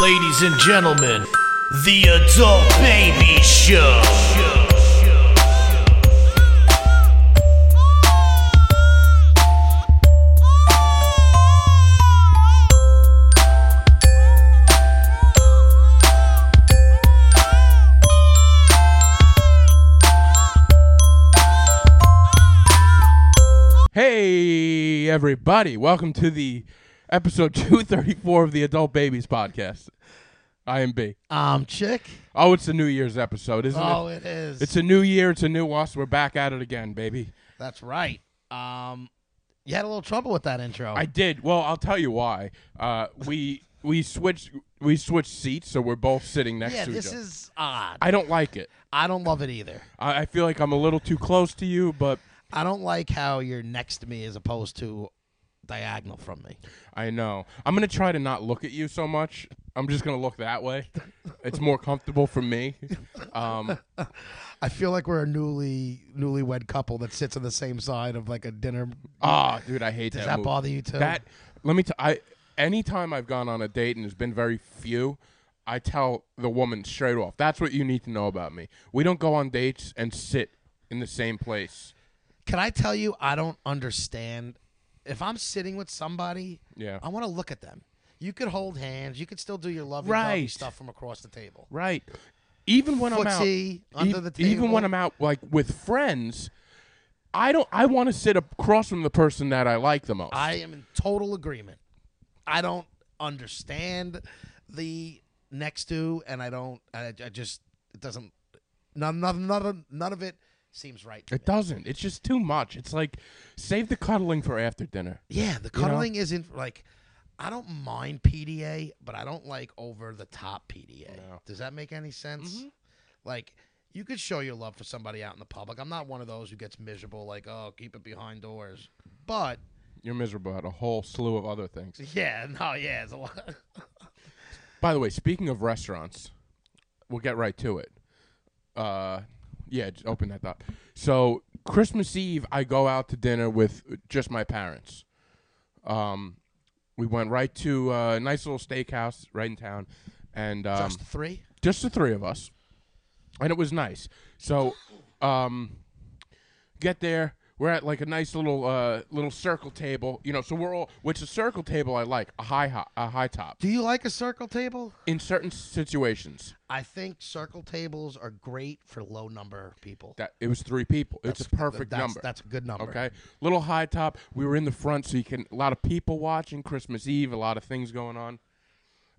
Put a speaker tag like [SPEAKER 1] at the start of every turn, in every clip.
[SPEAKER 1] Ladies and gentlemen, the Adult Baby Show.
[SPEAKER 2] Hey, everybody. Welcome to the episode 234 of the Adult Babies Podcast. I am B.
[SPEAKER 3] Um, chick.
[SPEAKER 2] Oh, it's a New Year's episode, isn't
[SPEAKER 3] Oh,
[SPEAKER 2] it?
[SPEAKER 3] it is.
[SPEAKER 2] It's a new year. It's a new us. We're back at it again, baby.
[SPEAKER 3] That's right. Um, you had a little trouble with that intro.
[SPEAKER 2] I did. Well, I'll tell you why. Uh, we we switched we switched seats, so we're both sitting next
[SPEAKER 3] yeah,
[SPEAKER 2] to each
[SPEAKER 3] this
[SPEAKER 2] other.
[SPEAKER 3] is odd.
[SPEAKER 2] I don't like it.
[SPEAKER 3] I don't love it either.
[SPEAKER 2] I, I feel like I'm a little too close to you, but
[SPEAKER 3] I don't like how you're next to me as opposed to diagonal from me.
[SPEAKER 2] I know. I'm gonna try to not look at you so much. I'm just gonna look that way. It's more comfortable for me. Um,
[SPEAKER 3] I feel like we're a newly newlywed couple that sits on the same side of like a dinner.
[SPEAKER 2] Ah, dude, I hate
[SPEAKER 3] Does
[SPEAKER 2] that.
[SPEAKER 3] that
[SPEAKER 2] movie.
[SPEAKER 3] bother you too?
[SPEAKER 2] That let me. T- I anytime I've gone on a date and there's been very few, I tell the woman straight off. That's what you need to know about me. We don't go on dates and sit in the same place.
[SPEAKER 3] Can I tell you? I don't understand. If I'm sitting with somebody,
[SPEAKER 2] Yeah.
[SPEAKER 3] I want to look at them. You could hold hands. You could still do your lovey
[SPEAKER 2] Right.
[SPEAKER 3] stuff from across the table.
[SPEAKER 2] Right. Even when I'm out, e-,
[SPEAKER 3] Footsie, under the
[SPEAKER 2] even when
[SPEAKER 3] table.
[SPEAKER 2] I'm out like with friends, I don't. I want to sit across from the person that I like the most.
[SPEAKER 3] I am in total agreement. I don't understand the next two, and I don't. I, I just it doesn't. None, none, none, of- none of it seems right. to
[SPEAKER 2] it
[SPEAKER 3] me.
[SPEAKER 2] doesn't. It's just too much. It's like save the cuddling for after dinner.
[SPEAKER 3] Yeah, the cuddling isn't like. I don't mind PDA, but I don't like over the top PDA.
[SPEAKER 2] No.
[SPEAKER 3] Does that make any sense? Like. You could show your love for somebody out in the public. I'm not one of those who gets miserable, like, oh, keep it behind doors. But,
[SPEAKER 2] You're miserable about a whole slew of other things.
[SPEAKER 3] yeah, no, yeah, it's a lot.
[SPEAKER 2] By the way, speaking of restaurants, we'll get right to it. Uh, yeah, just open that up. So Christmas Eve, I go out to dinner with just my parents. Um, we went right to uh, a nice little steakhouse right in town, and um,
[SPEAKER 3] Just the three?
[SPEAKER 2] just the three of us, and it was nice. So, um, get there. We're at like a nice little uh, little circle table, you know. So we're all, which a circle table I like, a high ho- a high top
[SPEAKER 3] Do you like a circle table?
[SPEAKER 2] in certain situations.
[SPEAKER 3] I think circle tables are great for low number of people.
[SPEAKER 2] That it was three people. it's a
[SPEAKER 3] That's-
[SPEAKER 2] perfect
[SPEAKER 3] that's,
[SPEAKER 2] number.
[SPEAKER 3] That's a good number.
[SPEAKER 2] okay. Little high top. We were in the front, so you can a lot of people watching Christmas Eve. A lot of things going on.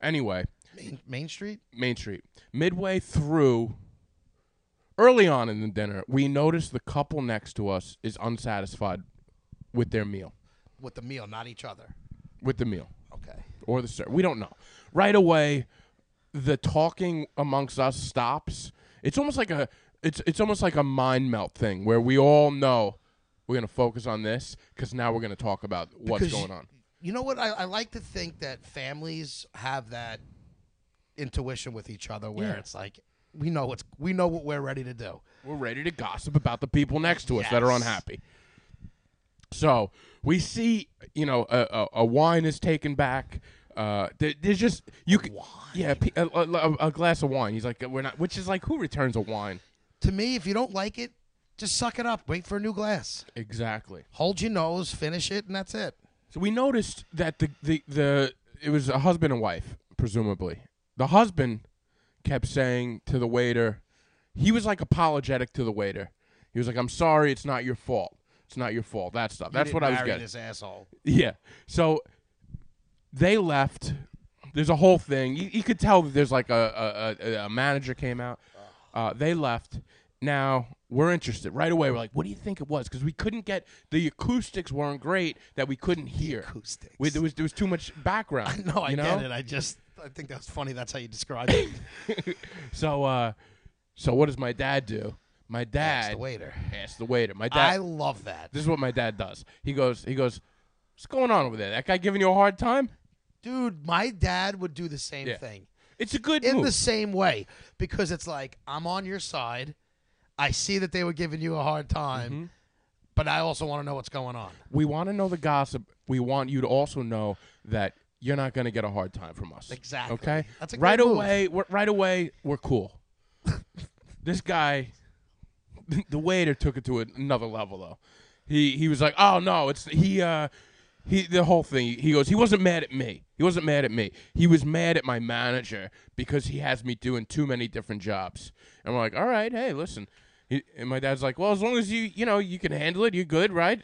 [SPEAKER 2] Anyway,
[SPEAKER 3] Main, Main Street.
[SPEAKER 2] Main Street. Midway through, early on in the dinner, we noticed the couple next to us is unsatisfied with their meal,
[SPEAKER 3] with the meal, not each other.
[SPEAKER 2] with the meal
[SPEAKER 3] Okay.
[SPEAKER 2] or the serve. We don't know. Right away, the talking amongst us stops. It's almost like a it's it's almost like a mind melt thing where we all know we're gonna focus on this because now we're gonna talk about what's
[SPEAKER 3] 'Cause
[SPEAKER 2] going on.
[SPEAKER 3] You know what? I, I like to think that families have that intuition with each other, where
[SPEAKER 2] Yeah.
[SPEAKER 3] it's like we know what's we know what we're ready to do.
[SPEAKER 2] We're ready to gossip about the people next to us that are
[SPEAKER 3] Yes.
[SPEAKER 2] unhappy. So we see, you know, a, a, a wine is taken back. Uh, there, there's just you can, yeah, pe- a, a, a glass of wine. He's like, we're not, which is like, who returns a wine?
[SPEAKER 3] To me, if you don't like it, just suck it up. Wait for a new glass.
[SPEAKER 2] Exactly.
[SPEAKER 3] Hold your nose, finish it, and that's it.
[SPEAKER 2] So we noticed that the, the, the it was a husband and wife, presumably. The husband kept saying to the waiter, he was like apologetic to the waiter. He was like, "I'm sorry, it's not your fault. It's not your fault." That stuff.
[SPEAKER 3] You
[SPEAKER 2] That's
[SPEAKER 3] didn't
[SPEAKER 2] what I was
[SPEAKER 3] marry
[SPEAKER 2] getting.
[SPEAKER 3] This asshole.
[SPEAKER 2] Yeah. So they left. There's a whole thing. You, you could tell that there's like a a, a, a manager came out. Uh, they left. Now we're interested right away. We're like, what do you think it was? Because we couldn't get the acoustics weren't great that we couldn't hear.
[SPEAKER 3] acoustics.
[SPEAKER 2] We, there was there was too much background.
[SPEAKER 3] No, I
[SPEAKER 2] you know?
[SPEAKER 3] get it. I just I think that's funny. That's how you describe it.
[SPEAKER 2] So uh, so what does my dad do? My dad
[SPEAKER 3] Ask the waiter.
[SPEAKER 2] Asked the waiter. My dad.
[SPEAKER 3] I love that,
[SPEAKER 2] this is what my dad does. He goes. He goes. What's going on over there? That guy giving you a hard time?
[SPEAKER 3] dude. My dad would do the same
[SPEAKER 2] Yeah.
[SPEAKER 3] thing
[SPEAKER 2] It's a good
[SPEAKER 3] in
[SPEAKER 2] move.
[SPEAKER 3] the same way because it's like I'm on your side. I see that they were giving you a hard time,
[SPEAKER 2] Mm-hmm.
[SPEAKER 3] but I also want to know what's going on.
[SPEAKER 2] We want to know the gossip. We want you to also know that you're not gonna get a hard time from us.
[SPEAKER 3] Exactly.
[SPEAKER 2] Okay.
[SPEAKER 3] That's a
[SPEAKER 2] right
[SPEAKER 3] good move.
[SPEAKER 2] away. We're, right away, we're cool. this guy, the waiter took it to another level though. He he was like, oh no, it's he uh he the whole thing. He goes, he wasn't mad at me. He wasn't mad at me. He was mad at my manager because he has me doing too many different jobs. And we're like, all right, hey, listen. He, and my dad's like, well, as long as you you know you can handle it, you're good, right?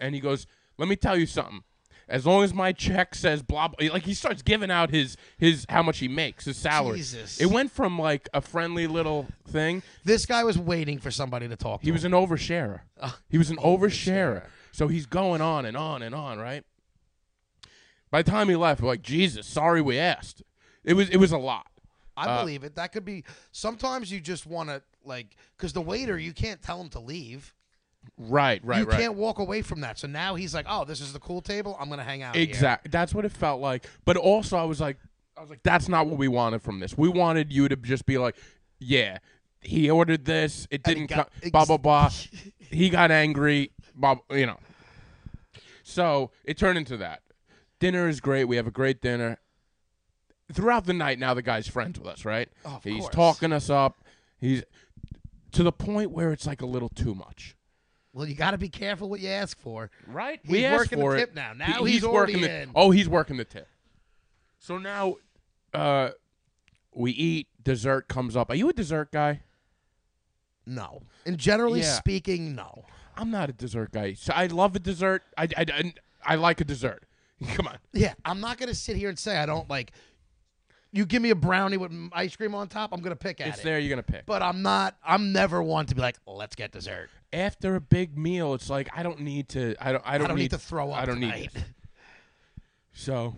[SPEAKER 2] And he goes, let me tell you something as long as my check says blah blah like he starts giving out his his how much he makes his salary
[SPEAKER 3] Jesus.
[SPEAKER 2] it went from like a friendly little thing
[SPEAKER 3] This guy was waiting for somebody to talk to.
[SPEAKER 2] he was an oversharer Oh. he was an oversharer so he's going on and on and on right by the time he left we're like jesus sorry we asked it was it was a lot
[SPEAKER 3] I
[SPEAKER 2] uh,
[SPEAKER 3] believe it. That could be. Sometimes you just want to like, because the waiter, you can't tell him to leave.
[SPEAKER 2] right right
[SPEAKER 3] you
[SPEAKER 2] right
[SPEAKER 3] can't walk away from that. So now he's like, oh, this is the cool table. I'm gonna hang out. here."
[SPEAKER 2] Exactly. That's what it felt like. But also, I was like, I was like, that's not what we wanted from this. We wanted you to just be like, yeah, he ordered this. It
[SPEAKER 3] And
[SPEAKER 2] didn't
[SPEAKER 3] he
[SPEAKER 2] come.
[SPEAKER 3] got-
[SPEAKER 2] Blah blah blah. he got angry. Blah. You know. So it turned into that. Dinner is great. We have a great dinner. Throughout the night, now the guy's friends with us, right?
[SPEAKER 3] Oh, of
[SPEAKER 2] he's
[SPEAKER 3] course.
[SPEAKER 2] talking us up. He's to the point where it's like a little too much.
[SPEAKER 3] Well, you got to be careful what you ask for.
[SPEAKER 2] Right?
[SPEAKER 3] He's
[SPEAKER 2] we asked
[SPEAKER 3] working the
[SPEAKER 2] for
[SPEAKER 3] tip
[SPEAKER 2] it.
[SPEAKER 3] now. Now
[SPEAKER 2] He-
[SPEAKER 3] he's already
[SPEAKER 2] working the,
[SPEAKER 3] in.
[SPEAKER 2] Oh, he's working the tip. So now, uh, we eat. Dessert comes up. Are you a dessert guy?
[SPEAKER 3] No. And generally
[SPEAKER 2] Yeah.
[SPEAKER 3] speaking, no.
[SPEAKER 2] I'm not a dessert guy. So I love a dessert. I I, I, I like a dessert. Come on.
[SPEAKER 3] Yeah, I'm not gonna sit here and say I don't like. You give me a brownie with m- ice cream on top, I'm gonna pick at
[SPEAKER 2] It's
[SPEAKER 3] it.
[SPEAKER 2] there. You're gonna pick.
[SPEAKER 3] But I'm not. I'm never one to be like, let's get dessert.
[SPEAKER 2] After a big meal, it's like I don't need to. I don't. I don't,
[SPEAKER 3] I don't need, to throw up.
[SPEAKER 2] I don't
[SPEAKER 3] tonight.
[SPEAKER 2] need. this. So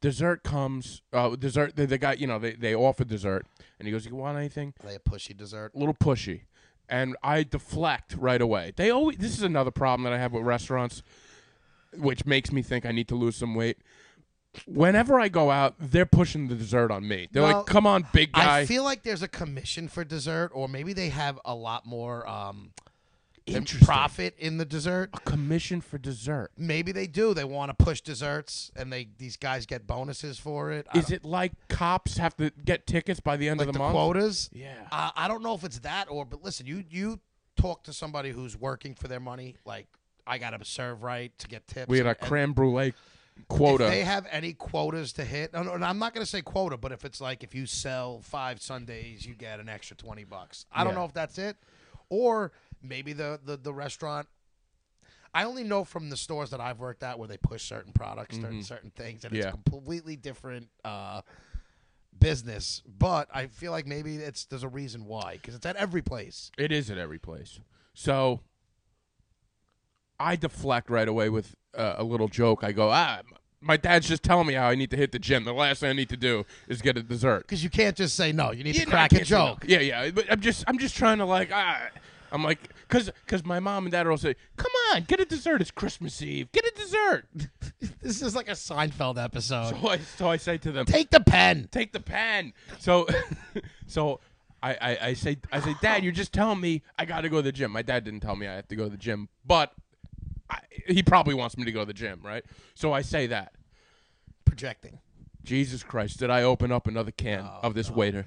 [SPEAKER 2] dessert comes. Uh, dessert. They, they got. You know. They they offer dessert, and he goes, "You want anything?"
[SPEAKER 3] Are they a pushy dessert?
[SPEAKER 2] a little pushy, and I deflect right away. They always this is another problem that I have with restaurants, which makes me think I need to lose some weight. Whenever I go out, they're pushing the dessert on me. They're
[SPEAKER 3] Well,
[SPEAKER 2] like, "Come on, big guy."
[SPEAKER 3] I feel like there's a commission for dessert, or maybe they have a lot more um,
[SPEAKER 2] Interesting.
[SPEAKER 3] profit in the dessert.
[SPEAKER 2] Commission for dessert.
[SPEAKER 3] Maybe they do. They want to push desserts, and they these guys get bonuses for it. I
[SPEAKER 2] Is it like cops have to get tickets by the end
[SPEAKER 3] like
[SPEAKER 2] of
[SPEAKER 3] the,
[SPEAKER 2] the, month?
[SPEAKER 3] quotas.
[SPEAKER 2] Yeah.
[SPEAKER 3] Uh, I don't know if it's that or, but listen, you you talk to somebody who's working for their money. Like I got to serve right to get tips.
[SPEAKER 2] We had a
[SPEAKER 3] and- and
[SPEAKER 2] creme brulee
[SPEAKER 3] If
[SPEAKER 2] quota.
[SPEAKER 3] they have any quotas to hit, no, no, and I'm not going to say quota, but if it's like if you sell five Sundays, you get an extra twenty bucks. I don't
[SPEAKER 2] Yeah.
[SPEAKER 3] know if that's it, or maybe the the, the restaurant. I only know from the stores that I've worked at where they push certain products, certain, certain things, and it's
[SPEAKER 2] Mm-hmm. Yeah.
[SPEAKER 3] a completely different uh, business. But I feel like maybe it's there's a reason why because it's at every place.
[SPEAKER 2] It is at every place. So I deflect right away with uh, a little joke. I go, ah, m- my dad's just telling me how I need to hit the gym. The last thing I need to do is get a dessert.
[SPEAKER 3] Because you can't just say no. You need
[SPEAKER 2] Yeah,
[SPEAKER 3] to
[SPEAKER 2] no, I
[SPEAKER 3] crack a
[SPEAKER 2] can't say no.
[SPEAKER 3] joke.
[SPEAKER 2] Yeah, yeah. But I'm just, I'm just trying to like, ah. I'm like, cause, cause my mom and dad will say, "Come on, get a dessert. It's Christmas Eve. Get a dessert."
[SPEAKER 3] This is like a Seinfeld episode.
[SPEAKER 2] So I, so I say to them,
[SPEAKER 3] Take the pen.
[SPEAKER 2] take the pen. So, so I, I, I say, I say, Dad, you're just telling me I got to go to the gym. My dad didn't tell me I have to go to the gym, but I, he probably wants me to go to the gym, right? So I say that.
[SPEAKER 3] Projecting.
[SPEAKER 2] Jesus Christ, did I open up another can of this waiter?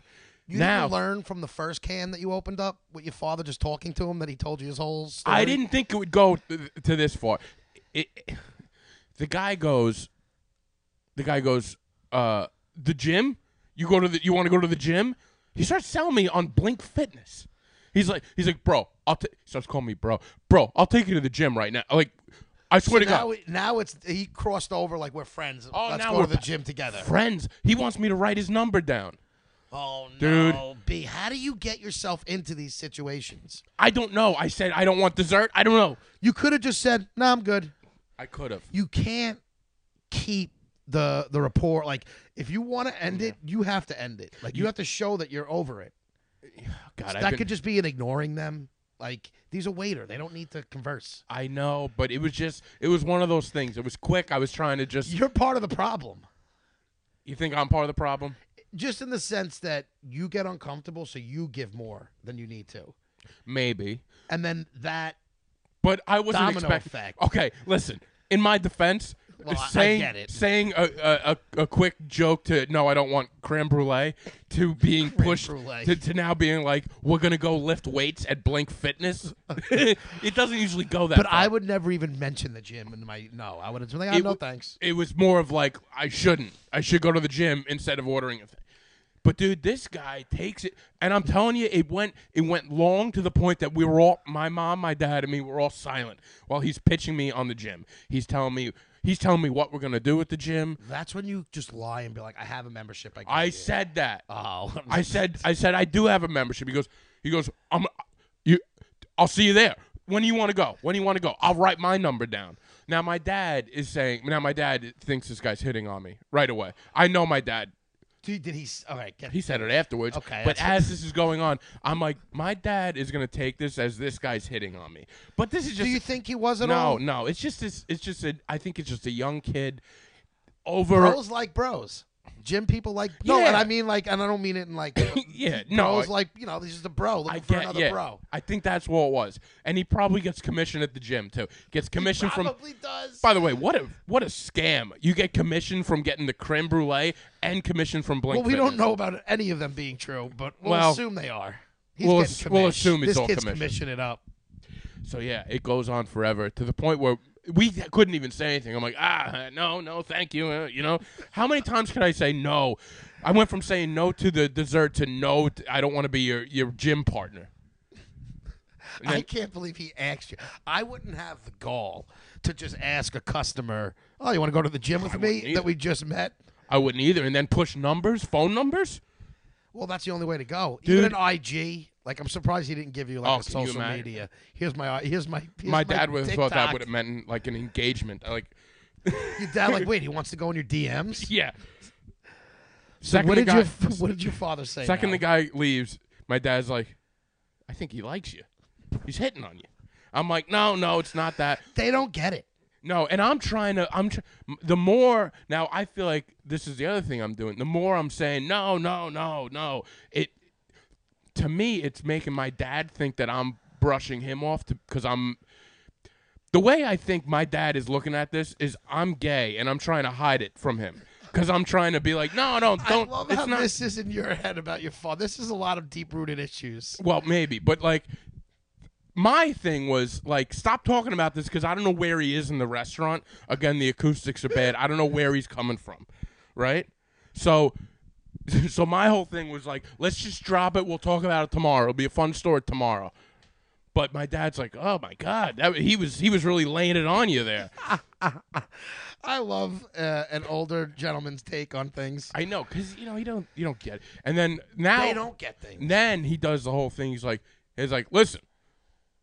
[SPEAKER 3] You
[SPEAKER 2] now
[SPEAKER 3] didn't learn from the first can that you opened up with your father just talking to him that he told you his whole story.
[SPEAKER 2] I didn't think it would go th- to this far. It, it- the guy goes, the guy goes, uh, the gym. You go to the, you want to go to the gym? He starts selling me on Blink Fitness. He's like, he's like, bro, I'll ta-, he starts calling me bro, bro. I'll take you to the gym right now. Like, I swear to
[SPEAKER 3] Now,
[SPEAKER 2] God,
[SPEAKER 3] it- now it's he crossed over like we're friends.
[SPEAKER 2] Oh,
[SPEAKER 3] Let's
[SPEAKER 2] now
[SPEAKER 3] go
[SPEAKER 2] we're
[SPEAKER 3] to the
[SPEAKER 2] pa-
[SPEAKER 3] gym together.
[SPEAKER 2] friends. He wants me to write his number down.
[SPEAKER 3] oh
[SPEAKER 2] Dude.
[SPEAKER 3] no, B, how do you get yourself into these situations?
[SPEAKER 2] I don't know. I said I don't want dessert. I don't know.
[SPEAKER 3] You could have just said, "No, I'm good."
[SPEAKER 2] I could have.
[SPEAKER 3] You can't keep the the rapport. Like if you want to end it, you have to end it. Like you have to show that you're over it.
[SPEAKER 2] God,
[SPEAKER 3] that
[SPEAKER 2] I've been-
[SPEAKER 3] could just be an ignoring them. Like these a waiter; they don't need to converse.
[SPEAKER 2] I know, but it was just, it was one of those things. It was quick. I was trying to just.
[SPEAKER 3] You're part of the problem.
[SPEAKER 2] You think I'm part of the problem?
[SPEAKER 3] just in the sense that you get uncomfortable, so you give more than you need to,
[SPEAKER 2] Maybe.
[SPEAKER 3] and then that
[SPEAKER 2] But I wasn't
[SPEAKER 3] Domino
[SPEAKER 2] expecting.
[SPEAKER 3] effect.
[SPEAKER 2] Okay, listen. In my defense,
[SPEAKER 3] Well, I-
[SPEAKER 2] saying
[SPEAKER 3] I get it.
[SPEAKER 2] saying a, a, a, a quick joke to no, I don't want creme brulee to being pushed
[SPEAKER 3] brulee.
[SPEAKER 2] to, to now being like we're gonna go lift weights at Blink Fitness. it doesn't usually go that.
[SPEAKER 3] But
[SPEAKER 2] far.
[SPEAKER 3] I would never even mention the gym in my. No, I would have been like, oh,
[SPEAKER 2] It
[SPEAKER 3] no
[SPEAKER 2] w-
[SPEAKER 3] thanks.
[SPEAKER 2] It was more of like I shouldn't. I should go to the gym instead of ordering a thing. But dude, this guy takes it, and I'm telling you, it went it went long to the point that we were all my mom, my dad, and me were all silent while he's pitching me on the gym. He's telling me he's telling me what we're gonna do at the gym.
[SPEAKER 3] That's when you just lie and be like, I have a membership. I,
[SPEAKER 2] I
[SPEAKER 3] can't do it."
[SPEAKER 2] said that.
[SPEAKER 3] Oh,
[SPEAKER 2] I said I said I do have a membership. He goes he goes I'm you I'll see you there. When do you want to go? When do you want to go? I'll write my number down. Now my dad is saying now my dad thinks this guy's hitting on me right away. I know my dad.
[SPEAKER 3] Did, did he? s- All right, get,
[SPEAKER 2] He said it afterwards.
[SPEAKER 3] Okay,
[SPEAKER 2] But
[SPEAKER 3] that's-
[SPEAKER 2] as this is going on, I'm like my dad is going to take this as this guy's hitting on me. But this is just
[SPEAKER 3] do you think he was at
[SPEAKER 2] No,
[SPEAKER 3] all?
[SPEAKER 2] no. It's just this it's just a I think it's just a young kid over
[SPEAKER 3] Bros like bros. Gym people like no,
[SPEAKER 2] Yeah.
[SPEAKER 3] and I mean like, and I don't mean it in like
[SPEAKER 2] Yeah, no.
[SPEAKER 3] bros like you know, this is the bro looking
[SPEAKER 2] I
[SPEAKER 3] for
[SPEAKER 2] get,
[SPEAKER 3] another
[SPEAKER 2] yeah.
[SPEAKER 3] bro.
[SPEAKER 2] I think that's what it was, and he probably gets commission at the gym too. Gets commission from.
[SPEAKER 3] Probably does.
[SPEAKER 2] By the way, what a what a scam! You get commission from getting the creme brulee and commission from Blink.
[SPEAKER 3] well, we don't
[SPEAKER 2] Fitness.
[SPEAKER 3] know about any of them being true, but we'll,
[SPEAKER 2] Well,
[SPEAKER 3] assume they are. He's
[SPEAKER 2] we'll
[SPEAKER 3] getting
[SPEAKER 2] ass- we'll
[SPEAKER 3] commish.
[SPEAKER 2] assume it's
[SPEAKER 3] this
[SPEAKER 2] all
[SPEAKER 3] kid's
[SPEAKER 2] commission.
[SPEAKER 3] commissioning it up.
[SPEAKER 2] So yeah, it goes on forever to the point where we couldn't even say anything. I'm like, ah, no, no, thank you. uh, You know, how many times can I say no? I went from saying no to the dessert to no. To, I don't want to be your your gym partner. And
[SPEAKER 3] I
[SPEAKER 2] then-
[SPEAKER 3] can't believe he asked you. I wouldn't have the gall to just ask a customer, "Oh, you want to go to the gym with
[SPEAKER 2] wouldn't
[SPEAKER 3] me
[SPEAKER 2] either.
[SPEAKER 3] that we just met?"
[SPEAKER 2] I wouldn't either. And then push numbers, phone numbers.
[SPEAKER 3] Well, that's the only way to go.
[SPEAKER 2] Dude.
[SPEAKER 3] Even an IG. Like, I'm surprised he didn't give you like
[SPEAKER 2] Oh,
[SPEAKER 3] a
[SPEAKER 2] can you
[SPEAKER 3] social
[SPEAKER 2] imagine?
[SPEAKER 3] media. Here's my here's my here's
[SPEAKER 2] my dad would have thought that
[SPEAKER 3] TikTok.
[SPEAKER 2] would have meant like an engagement. Like,
[SPEAKER 3] Your dad like, wait, he wants to go in your DMs.
[SPEAKER 2] yeah. Second,
[SPEAKER 3] what
[SPEAKER 2] the
[SPEAKER 3] did
[SPEAKER 2] guy,
[SPEAKER 3] your What did your father say?
[SPEAKER 2] second
[SPEAKER 3] now?
[SPEAKER 2] the guy leaves. My dad's like, I think he likes you. He's hitting on you. I'm like, no, no, it's not that.
[SPEAKER 3] They don't get it.
[SPEAKER 2] No, and I'm trying to. I'm tr- m- the more now. I feel like this is the other thing I'm doing. The more I'm saying no, no, no, no. It to me, it's making my dad think that I'm brushing him off because I'm. The way I think my dad is looking at this is I'm gay and I'm trying to hide it from him because I'm trying to be like no, no, don't.
[SPEAKER 3] I love
[SPEAKER 2] it's
[SPEAKER 3] how
[SPEAKER 2] not.
[SPEAKER 3] this is in your head about your father. This is a lot of deep rooted issues.
[SPEAKER 2] Well, maybe, but like my thing was like stop talking about this because I don't know where he is in the restaurant. Again, the acoustics are bad. I don't know where he's coming from, right? So, so my whole thing was like, let's just drop it. We'll talk about it tomorrow. It'll be a fun story tomorrow. But my dad's like, oh my god, that, he was he was really laying it on you there.
[SPEAKER 3] I love uh, an older gentleman's take on things.
[SPEAKER 2] I know because you know you don't you don't get. It. And then now
[SPEAKER 3] They don't get things.
[SPEAKER 2] Then he does the whole thing. He's like, he's like, listen,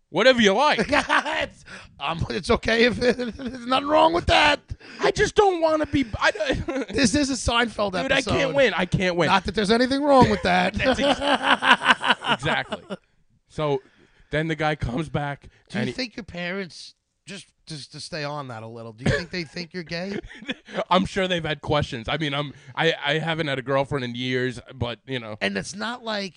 [SPEAKER 2] whatever you like.
[SPEAKER 3] it's, um, it's okay if it, there's nothing wrong with that.
[SPEAKER 2] I just don't want to be. I, dude,
[SPEAKER 3] This is a Seinfeld episode.
[SPEAKER 2] I can't win. I can't win.
[SPEAKER 3] Not that there's anything wrong with that.
[SPEAKER 2] exactly. So then the guy comes back
[SPEAKER 3] Do
[SPEAKER 2] and he,
[SPEAKER 3] you think your parents just just to stay on that a little? Do you think they think you're gay?
[SPEAKER 2] I'm sure they've had questions. I mean, I'm I, I haven't had a girlfriend in years, but you know,
[SPEAKER 3] And it's not like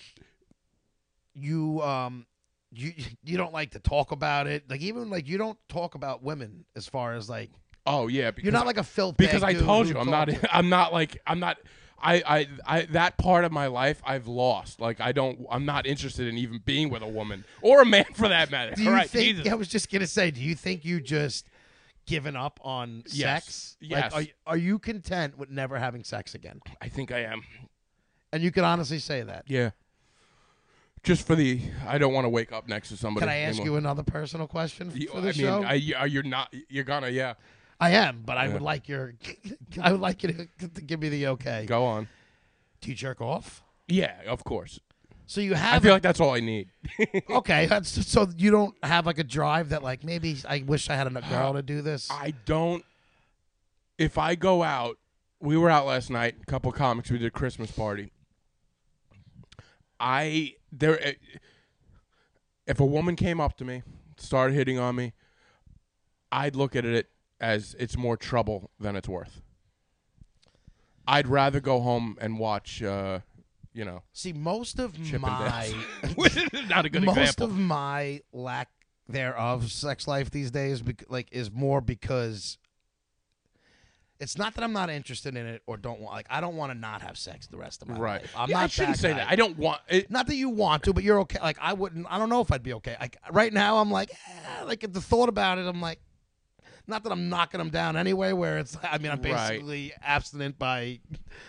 [SPEAKER 3] you um you you don't like to talk about it. Like even like you don't talk about women as far as like
[SPEAKER 2] oh yeah, because
[SPEAKER 3] you're not like a filth.
[SPEAKER 2] because I
[SPEAKER 3] bag dude
[SPEAKER 2] told
[SPEAKER 3] who
[SPEAKER 2] you I'm not
[SPEAKER 3] talks-
[SPEAKER 2] I'm not like I'm not I, I I that part of my life I've lost. Like I don't I'm not interested in even being with a woman or a man for that matter.
[SPEAKER 3] Do you
[SPEAKER 2] All right,
[SPEAKER 3] think?
[SPEAKER 2] Jesus.
[SPEAKER 3] I was just gonna say. Do you think you just given up on
[SPEAKER 2] Yes.
[SPEAKER 3] sex?
[SPEAKER 2] Yes.
[SPEAKER 3] Like, are, you- are you content with never having sex again?
[SPEAKER 2] I think I am.
[SPEAKER 3] And you can honestly say that.
[SPEAKER 2] Yeah. Just for the, I don't want to wake up next to somebody.
[SPEAKER 3] Can I ask
[SPEAKER 2] anymore.
[SPEAKER 3] you another personal question
[SPEAKER 2] You-
[SPEAKER 3] for
[SPEAKER 2] I
[SPEAKER 3] the
[SPEAKER 2] mean,
[SPEAKER 3] show?
[SPEAKER 2] I, you- are- you're not. You're gonna. Yeah.
[SPEAKER 3] I am, but I would like your, I would like you to, to give me the okay.
[SPEAKER 2] Go on.
[SPEAKER 3] Do you jerk off?
[SPEAKER 2] Yeah, of course.
[SPEAKER 3] So you
[SPEAKER 2] I
[SPEAKER 3] have
[SPEAKER 2] feel like that's all I need.
[SPEAKER 3] okay. That's, so you don't have like a drive that like maybe I wish I had a girl to do this.
[SPEAKER 2] I don't. If I go out, we were out last night. A couple comics. We did a Christmas party. I there. eh, If a woman came up to me, started hitting on me, I'd look at it as it's more trouble than it's worth. I'd rather go home and watch, uh, you know,
[SPEAKER 3] See, most of
[SPEAKER 2] Chip
[SPEAKER 3] my
[SPEAKER 2] and Dale. Not a good
[SPEAKER 3] most
[SPEAKER 2] example.
[SPEAKER 3] of my lack thereof sex life these days bec- like is more because It's not that I'm not interested in it or don't want. Like I don't want to not have sex the rest of my
[SPEAKER 2] Right.
[SPEAKER 3] life. I'm
[SPEAKER 2] Yeah,
[SPEAKER 3] not
[SPEAKER 2] I shouldn't
[SPEAKER 3] that
[SPEAKER 2] say
[SPEAKER 3] guy.
[SPEAKER 2] that. I don't want it.
[SPEAKER 3] not that you want to, but you're okay. Like I wouldn't. I don't know if I'd be okay. Like right now, I'm like, eh, like the thought about it, I'm like, not that I'm knocking them down anyway. Where it's, I mean, I'm
[SPEAKER 2] Right.
[SPEAKER 3] basically abstinent by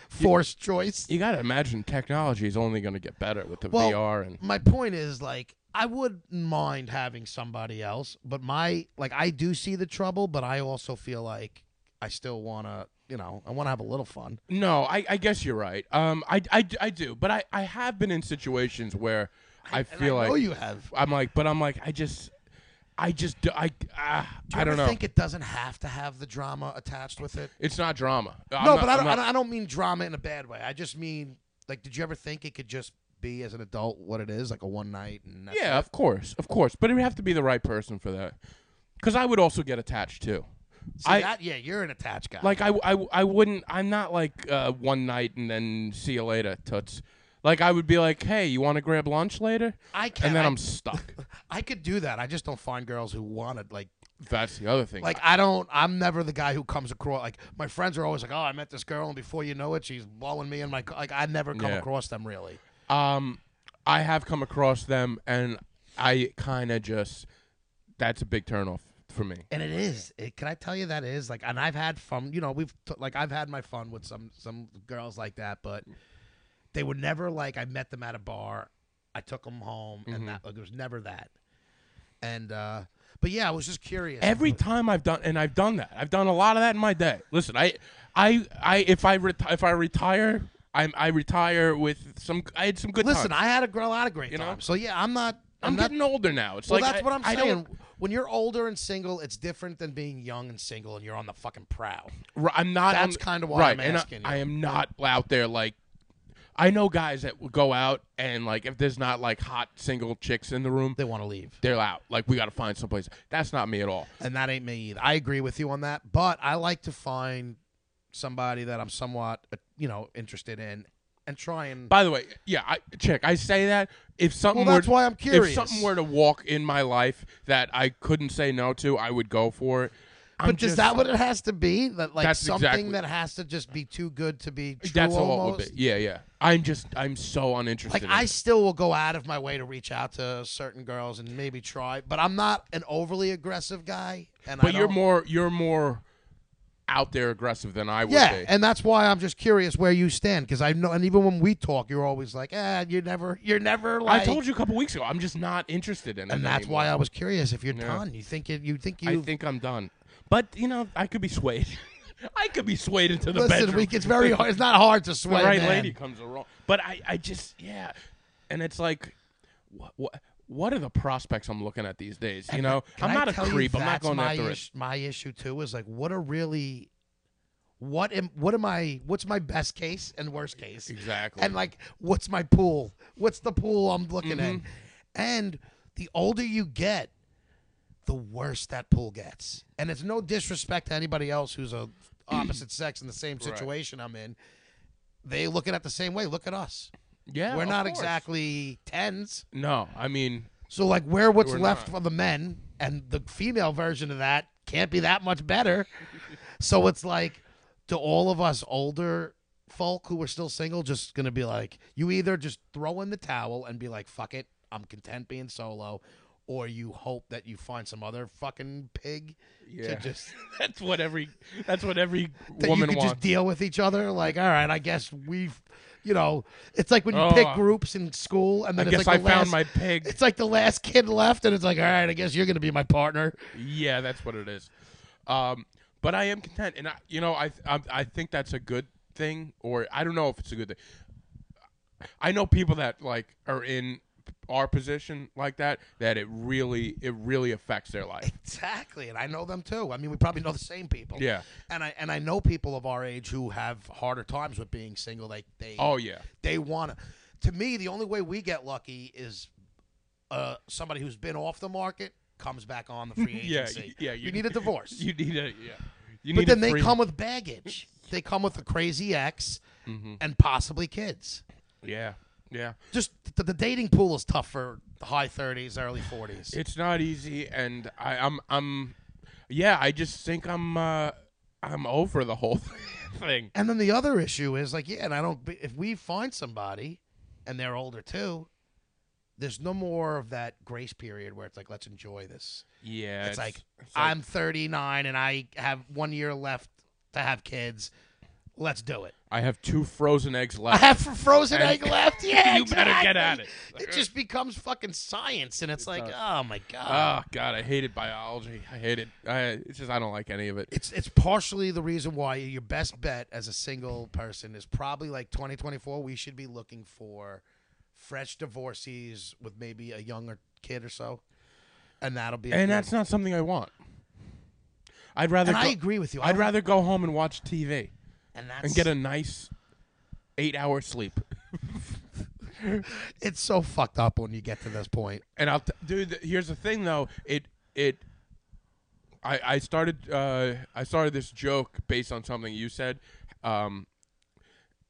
[SPEAKER 3] forced choice.
[SPEAKER 2] You gotta imagine technology is only gonna get better with the
[SPEAKER 3] Well,
[SPEAKER 2] VR and
[SPEAKER 3] My point is like. I wouldn't mind having somebody else, but my like I do see the trouble, but I also feel like I still wanna, you know, I wanna have a little fun.
[SPEAKER 2] no, I, I guess you're right. Um, I, I, I do, but I, I have been in situations where I,
[SPEAKER 3] And
[SPEAKER 2] feel
[SPEAKER 3] I know
[SPEAKER 2] like
[SPEAKER 3] you have.
[SPEAKER 2] I'm like, but I'm like, I just, I just, d- I, ah,
[SPEAKER 3] Do you
[SPEAKER 2] I
[SPEAKER 3] ever
[SPEAKER 2] don't know.
[SPEAKER 3] think it doesn't have to have the drama attached with it?
[SPEAKER 2] it's not drama. I'm
[SPEAKER 3] no,
[SPEAKER 2] not-
[SPEAKER 3] but I
[SPEAKER 2] I'm
[SPEAKER 3] don't,
[SPEAKER 2] not-
[SPEAKER 3] I don't. I don't mean drama in a bad way. I just mean like, did you ever think it could just be as an adult what it is, like a one night? And that's
[SPEAKER 2] Yeah,
[SPEAKER 3] it?
[SPEAKER 2] of course, of course. But it would have to be the right person for that, because I would also get attached too.
[SPEAKER 3] See,
[SPEAKER 2] I
[SPEAKER 3] that, yeah, you're an attached guy.
[SPEAKER 2] like I, I, I wouldn't. I'm not like uh, one night and then see you later, toots. Like I would be like, hey, you want to grab lunch later?
[SPEAKER 3] I can't.
[SPEAKER 2] And then
[SPEAKER 3] I,
[SPEAKER 2] I, am stuck.
[SPEAKER 3] I could do that. I just don't find girls who want it. Like,
[SPEAKER 2] That's the other thing.
[SPEAKER 3] like I don't. I'm never the guy who comes across. Like my friends are always like, "Oh, I met this girl, and before you know it, she's blowing me in my." co-" Like I never come
[SPEAKER 2] Yeah.
[SPEAKER 3] across them really.
[SPEAKER 2] um, I have come across them, and I kind of just that's a big turnoff for me.
[SPEAKER 3] And it is. It, can I tell you that is like, and I've had fun. You know, we've t- like I've had my fun with some some girls like that, but they were never like I met them at a bar, I took them home,
[SPEAKER 2] Mm-hmm.
[SPEAKER 3] and that like it was never that. And uh but yeah, I was just curious.
[SPEAKER 2] Every time I've done, and I've done that. I've done a lot of that in my day. Listen, I, I, I, if I reti- if I retire, I'm, I retire with some. I had some good.
[SPEAKER 3] Listen,
[SPEAKER 2] times.
[SPEAKER 3] I had a girl out of great
[SPEAKER 2] You know?
[SPEAKER 3] time. So yeah, I'm not.
[SPEAKER 2] I'm,
[SPEAKER 3] I'm, not.
[SPEAKER 2] getting older now. It's
[SPEAKER 3] well,
[SPEAKER 2] like
[SPEAKER 3] that's
[SPEAKER 2] I-
[SPEAKER 3] what I'm
[SPEAKER 2] I don't-
[SPEAKER 3] saying. When you're older and single, it's different than being young and single, and you're on the fucking prowl.
[SPEAKER 2] Ri- I'm not.
[SPEAKER 3] That's
[SPEAKER 2] on-
[SPEAKER 3] kinda why
[SPEAKER 2] right,
[SPEAKER 3] I'm
[SPEAKER 2] and I-
[SPEAKER 3] asking you.
[SPEAKER 2] I, am not out there like. I know guys that will go out and like if there's not like hot single chicks in the room,
[SPEAKER 3] They want to leave.
[SPEAKER 2] they're out. Like we got to find someplace. That's not me at all.
[SPEAKER 3] and that ain't me either. I agree with you on that, but I like to find somebody that I'm somewhat, uh, you know, interested in and try and.
[SPEAKER 2] By the way, yeah, I, check. I say that if something
[SPEAKER 3] Well,
[SPEAKER 2] were
[SPEAKER 3] that's why I'm
[SPEAKER 2] If
[SPEAKER 3] curious.
[SPEAKER 2] something were to walk in my life that I couldn't say no to, I would go for it. I'm
[SPEAKER 3] but is
[SPEAKER 2] just,
[SPEAKER 3] that what it has to be? That like
[SPEAKER 2] That's
[SPEAKER 3] something
[SPEAKER 2] exactly-
[SPEAKER 3] that has to just be too good to be true.
[SPEAKER 2] That's all it
[SPEAKER 3] almost.
[SPEAKER 2] would be. Yeah, yeah. I'm just. I'm so uninterested.
[SPEAKER 3] Like
[SPEAKER 2] in
[SPEAKER 3] I
[SPEAKER 2] it.
[SPEAKER 3] still will go out of my way to reach out to certain girls and maybe try, but I'm not an overly aggressive guy. And I
[SPEAKER 2] But you're
[SPEAKER 3] don't-
[SPEAKER 2] more. You're more out there aggressive than I would
[SPEAKER 3] Yeah,
[SPEAKER 2] be.
[SPEAKER 3] and that's why I'm just curious where you stand because I know, and even when we talk, you're always like, "Ah, you're never, you're never like."
[SPEAKER 2] I told you a couple weeks ago. I'm just not interested in it.
[SPEAKER 3] and that's
[SPEAKER 2] anymore.
[SPEAKER 3] why I was curious if you're
[SPEAKER 2] Yeah.
[SPEAKER 3] done. You think you, you think you?
[SPEAKER 2] I think I'm done. But you know, I could be swayed. I could be swayed into the
[SPEAKER 3] Listen,
[SPEAKER 2] bedroom.
[SPEAKER 3] we, it's very hard. It's not hard to
[SPEAKER 2] the
[SPEAKER 3] sway,
[SPEAKER 2] right
[SPEAKER 3] man.
[SPEAKER 2] lady comes along. But I, I just, yeah. And it's like, what, what, what are the prospects I'm looking at these days? You know, I'm
[SPEAKER 3] Can I
[SPEAKER 2] not a
[SPEAKER 3] tell you
[SPEAKER 2] creep. I'm not
[SPEAKER 3] that's
[SPEAKER 2] going
[SPEAKER 3] my
[SPEAKER 2] after it.
[SPEAKER 3] ish- My issue too is like, what are really, what am, what am I? What's my best case and worst case?
[SPEAKER 2] Exactly.
[SPEAKER 3] And like, what's my pool? What's the pool I'm looking at?
[SPEAKER 2] Mm-hmm.
[SPEAKER 3] And the older you get, the worse that pool gets. And it's no disrespect to anybody else who's a opposite sex in the same situation I'm in. They look at it the same way. Look at us.
[SPEAKER 2] yeah,
[SPEAKER 3] We're
[SPEAKER 2] of
[SPEAKER 3] not
[SPEAKER 2] course.
[SPEAKER 3] exactly tens.
[SPEAKER 2] No, I mean,
[SPEAKER 3] So like where what's
[SPEAKER 2] We're
[SPEAKER 3] left
[SPEAKER 2] not.
[SPEAKER 3] for the men and the female version of that can't be that much better. so it's like to all of us older folk who are still single just gonna be like you either just throw in the towel and be like fuck it I'm content being solo or you hope that you find some other fucking pig
[SPEAKER 2] yeah.
[SPEAKER 3] to just
[SPEAKER 2] that's what every that's what every
[SPEAKER 3] that
[SPEAKER 2] woman
[SPEAKER 3] you can
[SPEAKER 2] wants.
[SPEAKER 3] just deal with each other like all right I guess we've you know it's like when you
[SPEAKER 2] Oh,
[SPEAKER 3] pick
[SPEAKER 2] I-
[SPEAKER 3] groups in school and
[SPEAKER 2] I
[SPEAKER 3] then
[SPEAKER 2] guess
[SPEAKER 3] it's like
[SPEAKER 2] I
[SPEAKER 3] the
[SPEAKER 2] found
[SPEAKER 3] last-
[SPEAKER 2] my pig.
[SPEAKER 3] it's like the last kid left, and it's like, all right, I guess you're gonna be my partner.
[SPEAKER 2] Yeah, that's what it is. Um, but I am content, and I, you know, I, I I think that's a good thing, or I don't know if it's a good thing. I know people that like are in our position like that that it really it really affects their life.
[SPEAKER 3] Exactly, and I know them too. I mean, we probably know the same people.
[SPEAKER 2] Yeah.
[SPEAKER 3] and I and I know people of our age who have harder times with being single. They they
[SPEAKER 2] Oh yeah,
[SPEAKER 3] they want to. To me, the only way we get lucky is uh, somebody who's been off the market comes back on the free
[SPEAKER 2] Yeah,
[SPEAKER 3] agency.
[SPEAKER 2] yeah,
[SPEAKER 3] you,
[SPEAKER 2] you-
[SPEAKER 3] need a divorce.
[SPEAKER 2] you need a yeah. You
[SPEAKER 3] but
[SPEAKER 2] need
[SPEAKER 3] then
[SPEAKER 2] a
[SPEAKER 3] they
[SPEAKER 2] free-
[SPEAKER 3] come with baggage. They come with a crazy ex and possibly kids.
[SPEAKER 2] yeah yeah.
[SPEAKER 3] Just the, the dating pool is tough for high thirties, early forties.
[SPEAKER 2] It's not easy, and I, I'm I'm yeah. I just think I'm uh, I I'm over the whole thing.
[SPEAKER 3] And then the other issue is like, yeah, and I don't. If we find somebody, and they're older too, there's no more of that grace period where it's like, let's enjoy this.
[SPEAKER 2] Yeah,
[SPEAKER 3] It's, like, I'm 39 and I have one year left to have kids. Let's do it.
[SPEAKER 2] I have two frozen eggs
[SPEAKER 3] I
[SPEAKER 2] left.
[SPEAKER 3] have f- frozen
[SPEAKER 2] And-
[SPEAKER 3] egg left. Yeah,
[SPEAKER 2] You better get
[SPEAKER 3] exactly.
[SPEAKER 2] at it.
[SPEAKER 3] It just becomes fucking science, and it's like,
[SPEAKER 2] does.
[SPEAKER 3] oh my
[SPEAKER 2] Oh
[SPEAKER 3] god.
[SPEAKER 2] God, I hated biology. I hated. I, it's just I don't like any of it.
[SPEAKER 3] it's it's partially the reason why your best bet as a single person is probably like 2024 we should be looking for fresh divorcees with maybe a younger kid or so and that'll be a
[SPEAKER 2] And
[SPEAKER 3] good-
[SPEAKER 2] that's not something I want. I'd rather.
[SPEAKER 3] and
[SPEAKER 2] go,
[SPEAKER 3] i agree with you
[SPEAKER 2] I'd
[SPEAKER 3] I-
[SPEAKER 2] rather go home and watch TV
[SPEAKER 3] and that's
[SPEAKER 2] and get a nice eight-hour sleep.
[SPEAKER 3] it's so fucked up when you get to this point
[SPEAKER 2] And I'll t- dude. th- Here's the thing, though. It it. I I started uh, I started this joke based on something you said. Um,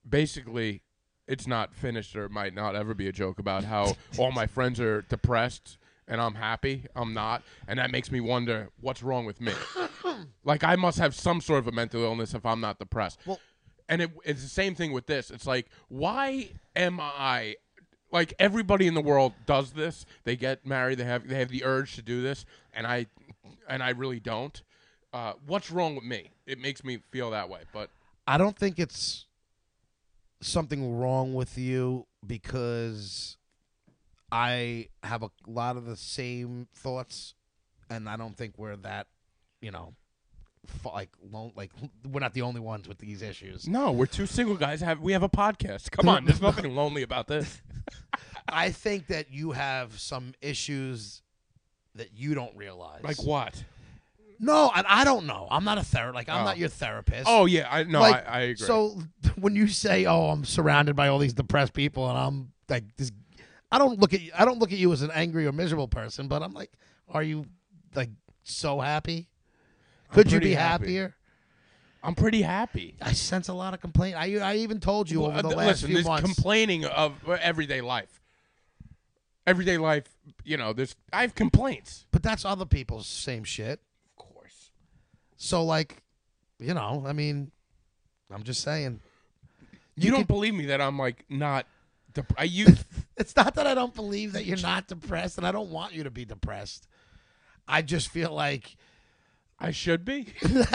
[SPEAKER 2] basically, it's not finished or it might not ever be a joke about how all my friends are depressed and I'm happy. I'm not, and that makes me wonder what's wrong with me. like I must have some sort of a mental illness if I'm not depressed.
[SPEAKER 3] Well-
[SPEAKER 2] and it, it's the same thing with this. It's like why am I like everybody in the world does this. They get married, they have they have the urge to do this, and I and I really don't. Uh, what's wrong with me? It makes me feel that way, but
[SPEAKER 3] I don't think it's something wrong with you because I have a lot of the same thoughts, and I don't think we're that, you know, fa- like lone, like we're not the only ones with these issues.
[SPEAKER 2] no, we're two single guys. Have we have a podcast? Come on, there's nothing lonely about this.
[SPEAKER 3] I think that you have some issues that you don't realize.
[SPEAKER 2] Like what?
[SPEAKER 3] no, and I don't know. I'm not a therapist. Like I'm
[SPEAKER 2] Oh.
[SPEAKER 3] not your therapist.
[SPEAKER 2] Oh yeah, I no,
[SPEAKER 3] Like,
[SPEAKER 2] I, I agree.
[SPEAKER 3] So when you say, "Oh, I'm surrounded by all these depressed people," and I'm like, this, I don't look at you, I don't look at you as an angry or miserable person, but I'm like, are you like so happy? Could you
[SPEAKER 2] pretty
[SPEAKER 3] be
[SPEAKER 2] happy.
[SPEAKER 3] happier?
[SPEAKER 2] I'm pretty happy.
[SPEAKER 3] I sense a lot of complaint. I I even told you over
[SPEAKER 2] Uh,
[SPEAKER 3] the
[SPEAKER 2] th-
[SPEAKER 3] last
[SPEAKER 2] listen,
[SPEAKER 3] few
[SPEAKER 2] this
[SPEAKER 3] months.
[SPEAKER 2] complaining of uh, everyday life. Everyday life, you know, there's I have complaints.
[SPEAKER 3] but that's other people's same shit.
[SPEAKER 2] Of course.
[SPEAKER 3] So like, you know, I mean, I'm just saying.
[SPEAKER 2] You, don't believe me that I'm like not dep- I you
[SPEAKER 3] It's not that I don't believe that you're not depressed, and I don't want you to be depressed. I just feel like
[SPEAKER 2] I should be.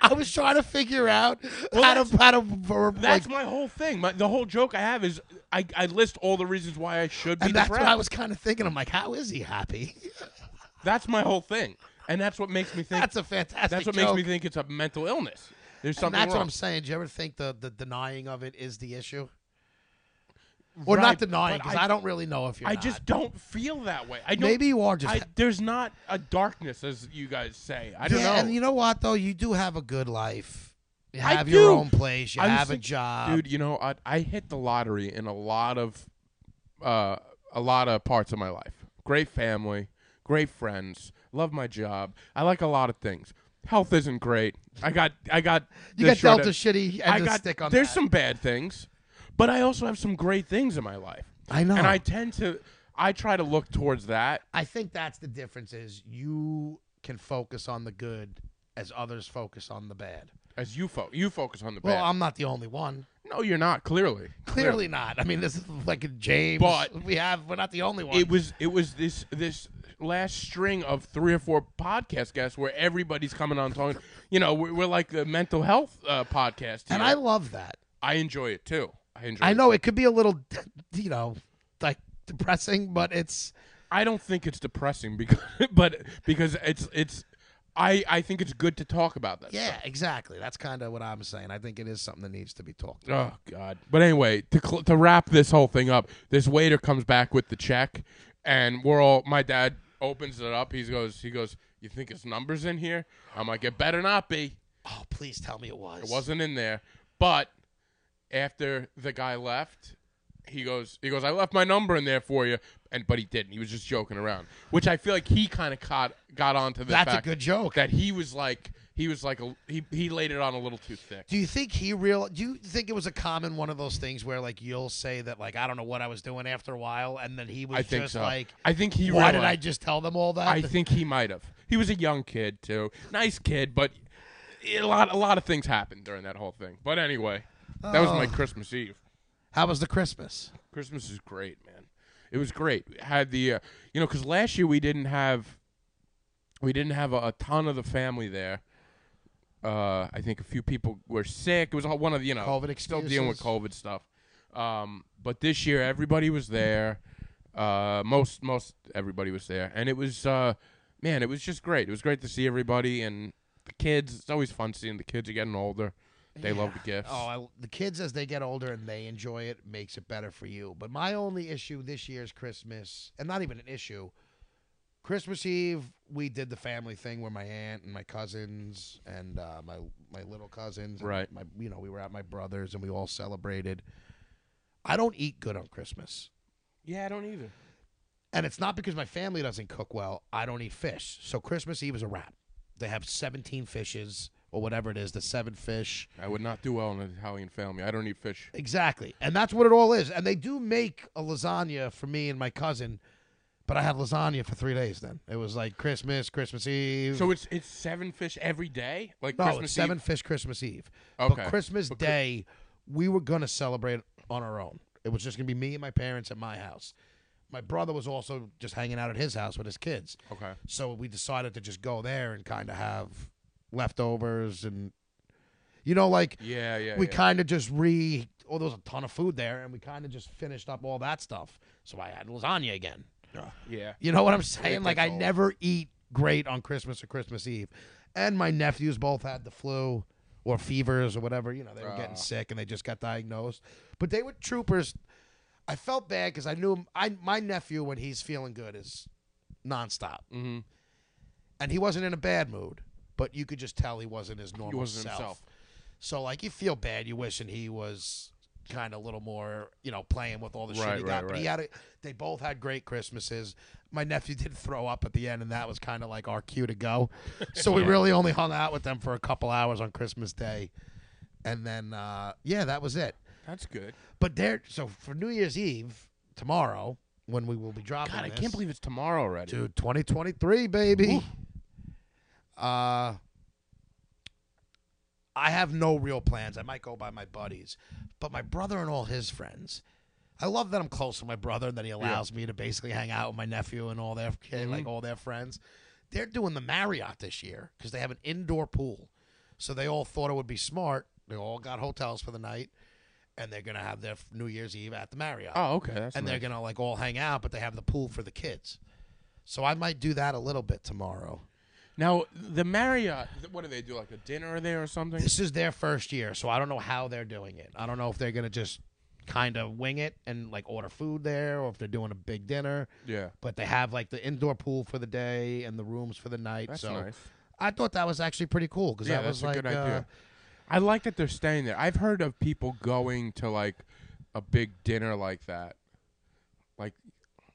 [SPEAKER 3] I was trying to figure out how to how to ver-
[SPEAKER 2] That's
[SPEAKER 3] like,
[SPEAKER 2] my whole thing. My, the whole joke I have is I, I list all the reasons why I should be
[SPEAKER 3] and that's
[SPEAKER 2] depressed.
[SPEAKER 3] what I was kind of thinking. I'm like, how is he happy?
[SPEAKER 2] That's my whole thing, and that's what makes me think.
[SPEAKER 3] That's a fantastic.
[SPEAKER 2] that's what
[SPEAKER 3] joke.
[SPEAKER 2] makes me think it's a mental illness. There's
[SPEAKER 3] And
[SPEAKER 2] something
[SPEAKER 3] that's what
[SPEAKER 2] wrong.
[SPEAKER 3] I'm saying. Do you ever think the the denying of it is the issue, or
[SPEAKER 2] Right,
[SPEAKER 3] not denying?
[SPEAKER 2] but
[SPEAKER 3] Because
[SPEAKER 2] I-
[SPEAKER 3] I, don't really know if you're.
[SPEAKER 2] I
[SPEAKER 3] not.
[SPEAKER 2] just don't feel that way. I don't,
[SPEAKER 3] maybe you are just.
[SPEAKER 2] I, there's not a darkness as you guys say. I don't
[SPEAKER 3] yeah,
[SPEAKER 2] know.
[SPEAKER 3] and you know what though? You do have a good life. You
[SPEAKER 2] I
[SPEAKER 3] have
[SPEAKER 2] do.
[SPEAKER 3] your own place. You
[SPEAKER 2] I was
[SPEAKER 3] have a
[SPEAKER 2] think-
[SPEAKER 3] job.
[SPEAKER 2] dude you know I, I hit the lottery in a lot of uh, a lot of parts of my life great family great friends love my job i like a lot of things health isn't great i got i got
[SPEAKER 3] you
[SPEAKER 2] this
[SPEAKER 3] got dealt a
[SPEAKER 2] short-
[SPEAKER 3] shitty
[SPEAKER 2] i
[SPEAKER 3] end of
[SPEAKER 2] got
[SPEAKER 3] stick on
[SPEAKER 2] there's
[SPEAKER 3] that.
[SPEAKER 2] some bad things but i also have some great things in my life
[SPEAKER 3] I know.
[SPEAKER 2] and i tend to i try to look towards that
[SPEAKER 3] I think that's the difference is you can focus on the good as others focus on the bad.
[SPEAKER 2] as you fo- you focus on the
[SPEAKER 3] Well,
[SPEAKER 2] bad
[SPEAKER 3] I'm not the only one.
[SPEAKER 2] no you're not clearly
[SPEAKER 3] Clearly not. I mean, this is like a James.
[SPEAKER 2] But-
[SPEAKER 3] we have we're not the only one.
[SPEAKER 2] it was it was this this last string of three or four podcast guests where everybody's coming on talking. You know, we're, we're like the mental health uh, podcast,
[SPEAKER 3] and I
[SPEAKER 2] here.
[SPEAKER 3] love that.
[SPEAKER 2] I enjoy it too. I enjoy.
[SPEAKER 3] I
[SPEAKER 2] it.
[SPEAKER 3] know it could be a little, you know, like depressing, but it's
[SPEAKER 2] I don't think it's depressing because, but because it's it's. I, I think it's good to talk about that.
[SPEAKER 3] yeah, exactly. That's kind of what I'm saying. I think it is something that needs to be talked. about.
[SPEAKER 2] Oh God! But anyway, to cl- to wrap this whole thing up, this waiter comes back with the check, and we're all. My dad opens it up. He goes. He goes. You think it's numbers in here? I'm like, it better not be.
[SPEAKER 3] Oh, please tell me it was.
[SPEAKER 2] It wasn't in there. But after the guy left, he goes he goes, I left my number in there for you and but he didn't. He was just joking around. Which I feel like he kinda caught got onto the
[SPEAKER 3] That's a
[SPEAKER 2] fact
[SPEAKER 3] good joke.
[SPEAKER 2] that he was like he was like a, he he laid it on a little too thick.
[SPEAKER 3] Do you think he real? Do you think it was a common one of those things where like you'll say that like I don't know what I was doing after a while, and then he was
[SPEAKER 2] I think
[SPEAKER 3] just
[SPEAKER 2] so.
[SPEAKER 3] like,
[SPEAKER 2] I think he
[SPEAKER 3] why did I
[SPEAKER 2] realized-
[SPEAKER 3] just tell them all that?
[SPEAKER 2] I think he might have. He was a young kid too. Nice kid, but a lot a lot of things happened during that whole thing. But anyway, that was my
[SPEAKER 3] Oh.
[SPEAKER 2] Christmas Eve.
[SPEAKER 3] How was the Christmas?
[SPEAKER 2] Christmas is great, man. It was great. Had the uh, you know because last year we didn't have we didn't have a, a ton of the family there. Uh, I think a few people were sick. It was all one of the you know
[SPEAKER 3] COVID
[SPEAKER 2] still dealing with
[SPEAKER 3] excuses.
[SPEAKER 2] COVID stuff. Um, but this year everybody was there. Uh, most most everybody was there, and it was uh, man, it was just great. It was great to see everybody and the kids. It's always fun seeing the kids are getting older. They love the gifts.
[SPEAKER 3] Oh, I, the kids as they get older and they enjoy it makes it better for you. But my only issue this year's Christmas, and not even an issue, Christmas Eve we did the family thing where my aunt and my cousins and uh, my my little cousins, and
[SPEAKER 2] Right.
[SPEAKER 3] My you know we were at my brother's and we all celebrated. I don't eat good on Christmas.
[SPEAKER 2] yeah, I don't either.
[SPEAKER 3] And it's not because my family doesn't cook well. I don't eat fish. So Christmas Eve is a wrap. They have 17 fishes or whatever it is, the seven fish.
[SPEAKER 2] I would not do well in an Italian family. I don't eat fish.
[SPEAKER 3] Exactly. And that's what it all is. And they do make a lasagna for me and my cousin, but I had lasagna for three days then. It was like Christmas, Christmas Eve.
[SPEAKER 2] So it's it's seven fish every day, like
[SPEAKER 3] no,
[SPEAKER 2] Christmas
[SPEAKER 3] it's seven
[SPEAKER 2] Eve?
[SPEAKER 3] fish Christmas Eve.
[SPEAKER 2] Okay.
[SPEAKER 3] But Christmas Day, we were going to celebrate on our own. It was just going to be me and my parents at my house. My brother was also just hanging out at his house with his kids.
[SPEAKER 2] Okay,
[SPEAKER 3] So we decided to just go there and kind of have leftovers and, you know, like
[SPEAKER 2] yeah, yeah.
[SPEAKER 3] we
[SPEAKER 2] yeah.
[SPEAKER 3] kind of just re. Oh, there was a ton of food there, and we kind of just finished up all that stuff. So I had lasagna again.
[SPEAKER 2] yeah.
[SPEAKER 3] You know what I'm saying?
[SPEAKER 2] that's
[SPEAKER 3] Like I
[SPEAKER 2] all.
[SPEAKER 3] never eat great on Christmas or Christmas Eve, and my nephews both had the flu or fevers or whatever. You know, they were
[SPEAKER 2] Ah.
[SPEAKER 3] getting sick and they just got diagnosed. But they were troopers. I felt bad because I knew him. I my nephew when he's feeling good is nonstop
[SPEAKER 2] Mm-hmm.
[SPEAKER 3] and he wasn't in a bad mood, but you could just tell he wasn't his normal
[SPEAKER 2] wasn't
[SPEAKER 3] self.
[SPEAKER 2] himself.
[SPEAKER 3] So like you feel bad, you wishing he was kind of a little more, you know, playing with all the
[SPEAKER 2] Right,
[SPEAKER 3] shit he
[SPEAKER 2] right,
[SPEAKER 3] got. But he
[SPEAKER 2] right.
[SPEAKER 3] had a, they both had great Christmases. My nephew did throw up at the end, and that was kind of like our cue to go. So we really only hung out with them for a couple hours on Christmas Day, and then uh, yeah, that was it.
[SPEAKER 2] That's good.
[SPEAKER 3] But there, so for New Year's Eve tomorrow, when we will be dropping,
[SPEAKER 2] God, I
[SPEAKER 3] this-
[SPEAKER 2] can't believe it's tomorrow already.
[SPEAKER 3] Dude, 2023, baby. Uh I have no real plans. I might go by my buddies, but my brother and all his friends. I love that I'm close to my brother and that he allows me to basically hang out with my nephew and all their like all their friends. They're doing the Marriott this year because they have an indoor pool. So they all thought it would be smart. They all got hotels for the night and they're going to have their New Year's Eve at the Marriott
[SPEAKER 2] Oh, okay. That's
[SPEAKER 3] and they're
[SPEAKER 2] nice.
[SPEAKER 3] gonna like all hang out, but they have the pool for the kids. So I might do that a little bit tomorrow.
[SPEAKER 2] now the Marriott. th- What do they do? Like a dinner there or something?
[SPEAKER 3] This is their first year, so I don't know how they're doing it. I don't know if they're gonna just kind of wing it and like order food there, or if they're doing a big dinner.
[SPEAKER 2] Yeah,
[SPEAKER 3] But they have like the indoor pool for the day and the rooms for the night.
[SPEAKER 2] that's
[SPEAKER 3] so
[SPEAKER 2] nice.
[SPEAKER 3] I thought that was actually pretty cool because
[SPEAKER 2] Yeah,
[SPEAKER 3] that
[SPEAKER 2] that's
[SPEAKER 3] was
[SPEAKER 2] a
[SPEAKER 3] like
[SPEAKER 2] good
[SPEAKER 3] uh,
[SPEAKER 2] idea. I like that they're staying there. I've heard of people going to like a big dinner like that, like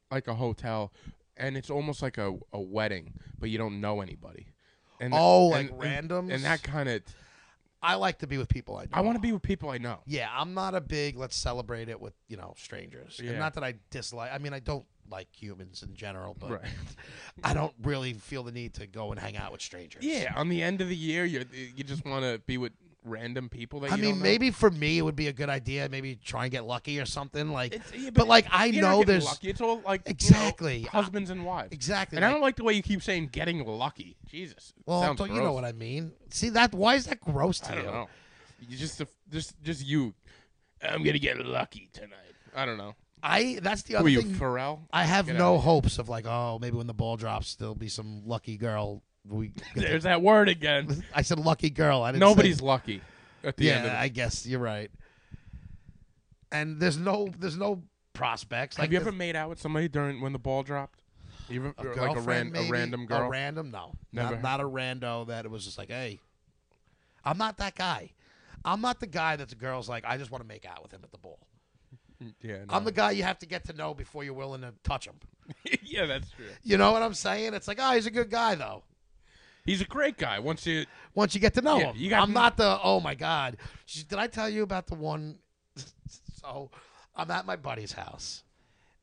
[SPEAKER 2] like a hotel, and it's almost like a, a wedding, but you don't know anybody. And
[SPEAKER 3] Oh,
[SPEAKER 2] and-
[SPEAKER 3] like
[SPEAKER 2] and-
[SPEAKER 3] randoms?
[SPEAKER 2] And that kind of
[SPEAKER 3] I like to be with people I know.
[SPEAKER 2] I want to be with people I know.
[SPEAKER 3] Yeah, I'm not a big let's celebrate it with you know strangers.
[SPEAKER 2] Yeah.
[SPEAKER 3] And not that I dislike. I mean, I don't like humans in general, but
[SPEAKER 2] Right.
[SPEAKER 3] I don't really feel the need to go and hang out with strangers.
[SPEAKER 2] Yeah, on the end of the year, you you just want to be with random people that
[SPEAKER 3] I
[SPEAKER 2] you
[SPEAKER 3] mean,
[SPEAKER 2] don't know.
[SPEAKER 3] maybe for me it would be a good idea. Maybe try and get lucky or something. Like,
[SPEAKER 2] It's- yeah,
[SPEAKER 3] but, like I
[SPEAKER 2] you're not
[SPEAKER 3] know
[SPEAKER 2] getting
[SPEAKER 3] there's
[SPEAKER 2] lucky. It's all like you know,
[SPEAKER 3] Exactly.
[SPEAKER 2] husbands and wives.
[SPEAKER 3] exactly.
[SPEAKER 2] And I
[SPEAKER 3] like-
[SPEAKER 2] don't like the way you keep saying getting lucky. Jesus. it
[SPEAKER 3] well,
[SPEAKER 2] sounds
[SPEAKER 3] don't you know
[SPEAKER 2] gross.
[SPEAKER 3] what I mean? See that? Why is that gross to
[SPEAKER 2] I
[SPEAKER 3] you?
[SPEAKER 2] don't know. You just just just you. I'm gonna get lucky tonight. I don't know.
[SPEAKER 3] I that's the
[SPEAKER 2] Who
[SPEAKER 3] other
[SPEAKER 2] are you,
[SPEAKER 3] thing.
[SPEAKER 2] Pharrell?
[SPEAKER 3] I have
[SPEAKER 2] Get
[SPEAKER 3] no
[SPEAKER 2] outta
[SPEAKER 3] hopes of like, oh, maybe when the ball drops, there'll be some lucky girl. We,
[SPEAKER 2] There's that word again.
[SPEAKER 3] I said lucky girl. I didn't say-
[SPEAKER 2] Nobody's lucky at the
[SPEAKER 3] yeah,
[SPEAKER 2] end of the
[SPEAKER 3] I guess you're right. And there's no there's no prospects.
[SPEAKER 2] Have
[SPEAKER 3] Like
[SPEAKER 2] you
[SPEAKER 3] the-
[SPEAKER 2] ever made out with somebody during when the ball dropped? You ever, or like a, ran,
[SPEAKER 3] girlfriend,
[SPEAKER 2] a
[SPEAKER 3] maybe?
[SPEAKER 2] random girl?
[SPEAKER 3] A random, no,
[SPEAKER 2] Never.
[SPEAKER 3] not, not a rando that it was just like, hey, I'm not that guy. I'm not the guy that the girl's like, I just want to make out with him at the ball.
[SPEAKER 2] yeah,
[SPEAKER 3] I'm
[SPEAKER 2] no.
[SPEAKER 3] the guy you have to get to know before you're willing to touch him.
[SPEAKER 2] yeah, that's true.
[SPEAKER 3] You know what I'm saying? It's like, oh, he's a good guy though.
[SPEAKER 2] He's a great guy. Once you
[SPEAKER 3] once you get to know
[SPEAKER 2] Yeah,
[SPEAKER 3] him.
[SPEAKER 2] you got-
[SPEAKER 3] I'm not the oh my god. She- Did I tell you about the one? so I'm at my buddy's house,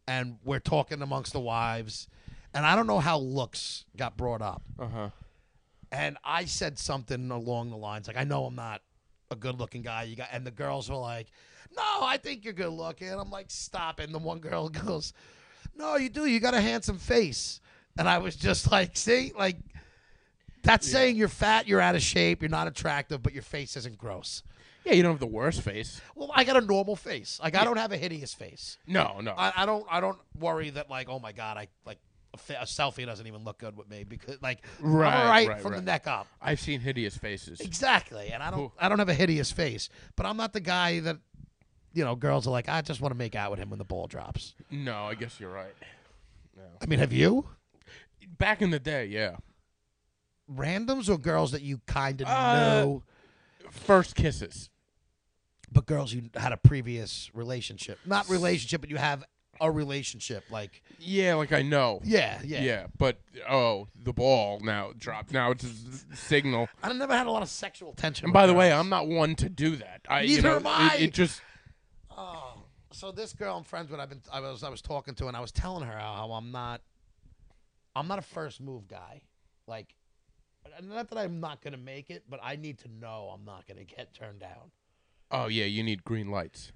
[SPEAKER 3] and we're talking amongst the wives, and I don't know how looks got brought up,
[SPEAKER 2] uh huh.
[SPEAKER 3] and I said something along the lines like, "I know I'm not a good-looking guy." You got, and the girls were like, "No, I think you're good-looking." I'm like, "Stop!" it." And the one girl goes, "No, you do. You got a handsome face." And I was just like, "See, like." That's saying you're fat, you're out of shape, you're not attractive, but your face isn't gross.
[SPEAKER 2] Yeah, you don't have the worst face.
[SPEAKER 3] Well, I got a normal face. Like I don't have a hideous face.
[SPEAKER 2] No, no.
[SPEAKER 3] I, I don't I don't worry that like oh my god I like a, fa- a selfie doesn't even look good with me because like
[SPEAKER 2] Right,
[SPEAKER 3] I'm all right,
[SPEAKER 2] right,
[SPEAKER 3] from the
[SPEAKER 2] right.
[SPEAKER 3] neck up
[SPEAKER 2] I've seen hideous faces.
[SPEAKER 3] exactly and I don't I don't have a hideous face but I'm not the guy that you know girls are like I just want to make out with him when the ball drops
[SPEAKER 2] No, I guess you're right.
[SPEAKER 3] I mean have you
[SPEAKER 2] Back in the day, yeah.
[SPEAKER 3] randoms or girls that you kind of
[SPEAKER 2] Uh,
[SPEAKER 3] know
[SPEAKER 2] First kisses.
[SPEAKER 3] but girls you had a previous relationship not relationship but you have a relationship like
[SPEAKER 2] Yeah, like I know.
[SPEAKER 3] yeah yeah
[SPEAKER 2] Yeah, but oh, the ball now dropped. Now it's a s- signal.
[SPEAKER 3] I never had a lot of sexual tension
[SPEAKER 2] And
[SPEAKER 3] with
[SPEAKER 2] by the way,
[SPEAKER 3] girls.
[SPEAKER 2] I'm not one to do that. I, you
[SPEAKER 3] Neither
[SPEAKER 2] know,
[SPEAKER 3] am I.
[SPEAKER 2] It, it just
[SPEAKER 3] so this girl I'm friends with, I've been, I was, I was talking to, and I was telling her how, how I'm not, I'm not a first move guy. Like, not that I'm not gonna make it, but I need to know I'm not gonna get turned down.
[SPEAKER 2] oh yeah, you need green lights.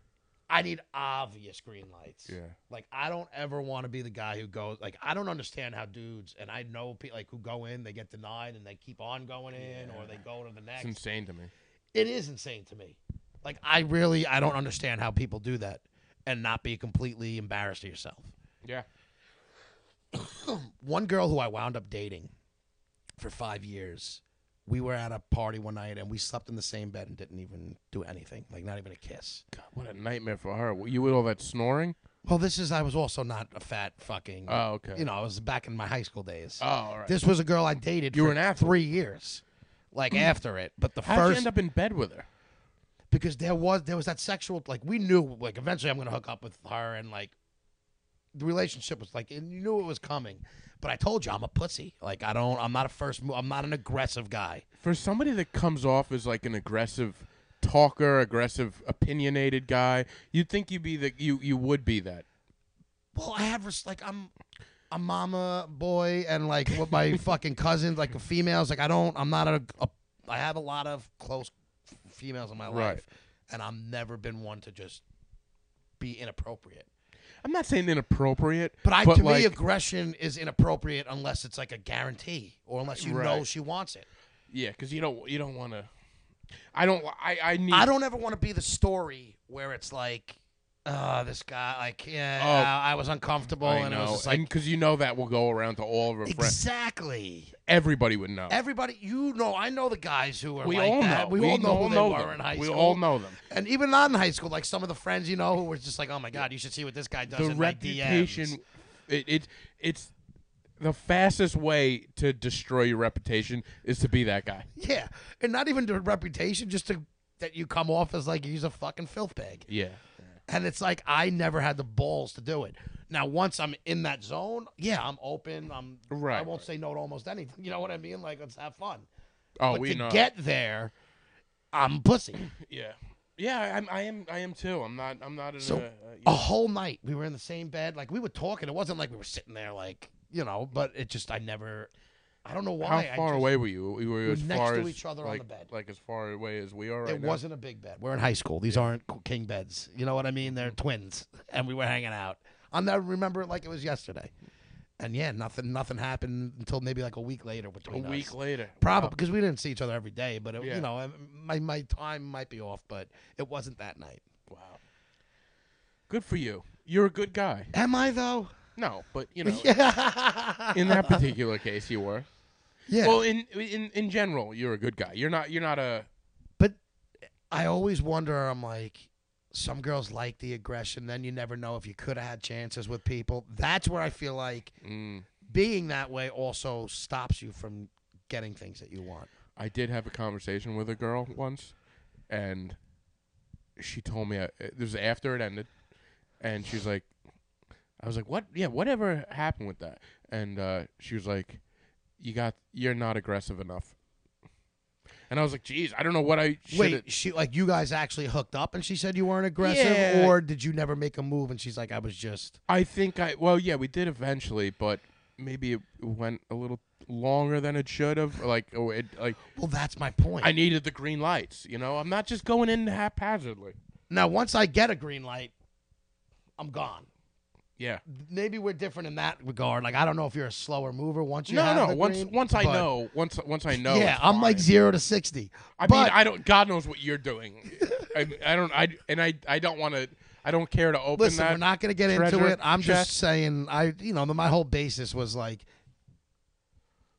[SPEAKER 3] I need obvious green lights.
[SPEAKER 2] Yeah.
[SPEAKER 3] Like I don't ever want to be the guy who goes. Like I don't understand how dudes, and I know people like who go in, they get denied, and they keep on going in, or they go to the
[SPEAKER 2] It's
[SPEAKER 3] next.
[SPEAKER 2] insane to me.
[SPEAKER 3] it is insane to me. Like I really, I don't understand how people do that and not be completely embarrassed of yourself.
[SPEAKER 2] Yeah.
[SPEAKER 3] one girl who I wound up dating for five years, we were at a party one night and we slept in the same bed and didn't even do anything, like not even a kiss.
[SPEAKER 2] God, what a nightmare for her. You with all that snoring?
[SPEAKER 3] Well, this is I was also not a fat fucking.
[SPEAKER 2] Oh, okay.
[SPEAKER 3] You know, I was back in my high school days.
[SPEAKER 2] Oh, all right.
[SPEAKER 3] This was a girl I dated.
[SPEAKER 2] You
[SPEAKER 3] for
[SPEAKER 2] were an athlete. Mm.
[SPEAKER 3] three years, like after it. But the
[SPEAKER 2] How'd you
[SPEAKER 3] first
[SPEAKER 2] end up in bed with her?
[SPEAKER 3] because there was there was that sexual like we knew like eventually I'm gonna hook up with her and like the relationship was like and you knew it was coming. But I told you I'm a pussy. Like I don't I'm not a first move I'm not an aggressive guy.
[SPEAKER 2] For somebody that comes off as like an aggressive talker, aggressive, opinionated guy, you'd think you'd be the you you would be that.
[SPEAKER 3] Well I have res- like I'm a mama boy and like with my fucking cousins like the females like I don't I'm not a, a I have a lot of close f- females in my
[SPEAKER 2] Right.
[SPEAKER 3] life and I've never been one to just be inappropriate.
[SPEAKER 2] I'm not saying inappropriate,
[SPEAKER 3] But I, to me,
[SPEAKER 2] like,
[SPEAKER 3] aggression is inappropriate unless it's like a guarantee or unless you know
[SPEAKER 2] Right.
[SPEAKER 3] she wants it.
[SPEAKER 2] yeah, because you don't you don't want to. I don't. I I need.
[SPEAKER 3] I don't ever want to be the story where it's like, oh, this guy, like, yeah,
[SPEAKER 2] Oh.
[SPEAKER 3] I- I was uncomfortable,
[SPEAKER 2] I
[SPEAKER 3] and it was
[SPEAKER 2] know,
[SPEAKER 3] just like,
[SPEAKER 2] because you know that will go around to all of her friends.
[SPEAKER 3] exactly.
[SPEAKER 2] Everybody would know.
[SPEAKER 3] Everybody, you know, I know the guys who are
[SPEAKER 2] we
[SPEAKER 3] like
[SPEAKER 2] all
[SPEAKER 3] that.
[SPEAKER 2] know.
[SPEAKER 3] We, all know who they were
[SPEAKER 2] them.
[SPEAKER 3] in high
[SPEAKER 2] we
[SPEAKER 3] school.
[SPEAKER 2] all know them.
[SPEAKER 3] and even not in high school, like some of the friends you know who were just like, oh my god, you should see what this guy does.
[SPEAKER 2] the
[SPEAKER 3] in My DMs.
[SPEAKER 2] reputation it, it it's the fastest way to destroy your reputation is to be that guy
[SPEAKER 3] yeah, and not even the reputation, just to that you come off as like he's a fucking filth bag.
[SPEAKER 2] yeah
[SPEAKER 3] And it's like I never had the balls to do it. Now once I'm in that zone, yeah, I'm open. I'm I
[SPEAKER 2] Right,
[SPEAKER 3] won't
[SPEAKER 2] right.
[SPEAKER 3] say no to almost anything. You know what I mean? Like let's have fun.
[SPEAKER 2] oh
[SPEAKER 3] but
[SPEAKER 2] we
[SPEAKER 3] to
[SPEAKER 2] know
[SPEAKER 3] get there, I'm pussy.
[SPEAKER 2] yeah yeah I- I'm, i am i am too i'm not i'm not in
[SPEAKER 3] So oh,
[SPEAKER 2] a, uh,
[SPEAKER 3] a whole night we were in the same bed. Like we were talking. It wasn't like we were sitting there like you know. But it just I never. I don't know
[SPEAKER 2] how
[SPEAKER 3] why. I
[SPEAKER 2] far
[SPEAKER 3] just-
[SPEAKER 2] away were you we were as
[SPEAKER 3] next
[SPEAKER 2] far
[SPEAKER 3] to
[SPEAKER 2] as
[SPEAKER 3] each other on
[SPEAKER 2] like,
[SPEAKER 3] the bed.
[SPEAKER 2] like as far away as we are right
[SPEAKER 3] It
[SPEAKER 2] now?
[SPEAKER 3] wasn't a big bed. We're in high school. These aren't king beds. You know what I mean?
[SPEAKER 2] Mm-hmm.
[SPEAKER 3] They're twins, and we were hanging out. I'll never remember it like it was yesterday. And yeah, nothing, nothing happened until maybe like a week later
[SPEAKER 2] a
[SPEAKER 3] between us.
[SPEAKER 2] week later
[SPEAKER 3] probably
[SPEAKER 2] Wow.
[SPEAKER 3] because we didn't see each other every day. But it,
[SPEAKER 2] Yeah.
[SPEAKER 3] you know, I- my my time might be off, but it wasn't that night.
[SPEAKER 2] wow good for you you're a good guy
[SPEAKER 3] Am I though?
[SPEAKER 2] no but you know
[SPEAKER 3] Yeah.
[SPEAKER 2] in that particular case you were
[SPEAKER 3] yeah.
[SPEAKER 2] well in in in general you're a good guy you're not you're not a
[SPEAKER 3] But I always wonder. I'm like, some girls like the aggression. Then you never know if you could have had chances with people. That's where I feel like
[SPEAKER 2] mm,
[SPEAKER 3] being that way also stops you from getting things that you want.
[SPEAKER 2] I did have a conversation with a girl once, and she told me uh, it was after it ended, and she's like, I was like, what? Yeah, whatever happened with that? And uh, she was like, you got, you're not aggressive enough. And I was like, geez, I don't know what I should.
[SPEAKER 3] Wait, she like you guys actually hooked up, and she said you weren't aggressive,
[SPEAKER 2] Yeah.
[SPEAKER 3] or did you never make a move? And she's like, I was just.
[SPEAKER 2] I think I well, yeah, we did eventually, but maybe it went a little longer than it should have. Like, oh, it, like
[SPEAKER 3] Well, that's my point.
[SPEAKER 2] I needed the green lights. You know, I'm not just going in haphazardly.
[SPEAKER 3] now, once I get a green light, I'm gone.
[SPEAKER 2] Yeah.
[SPEAKER 3] Maybe we're different in that regard. Like I don't know if you're a slower mover once you have
[SPEAKER 2] no, no.
[SPEAKER 3] the
[SPEAKER 2] Once,
[SPEAKER 3] green,
[SPEAKER 2] once I
[SPEAKER 3] but-
[SPEAKER 2] know, once, once I know.
[SPEAKER 3] Yeah,
[SPEAKER 2] it's
[SPEAKER 3] I'm like
[SPEAKER 2] fine.
[SPEAKER 3] zero to sixty.
[SPEAKER 2] I
[SPEAKER 3] but
[SPEAKER 2] mean, I don't. God knows what you're doing. I, I don't. I and I. I don't want to. I don't care to open
[SPEAKER 3] Listen,
[SPEAKER 2] that.
[SPEAKER 3] we're not going to get into
[SPEAKER 2] treasure
[SPEAKER 3] it. I'm
[SPEAKER 2] chest.
[SPEAKER 3] just saying, I you know, my whole basis was like,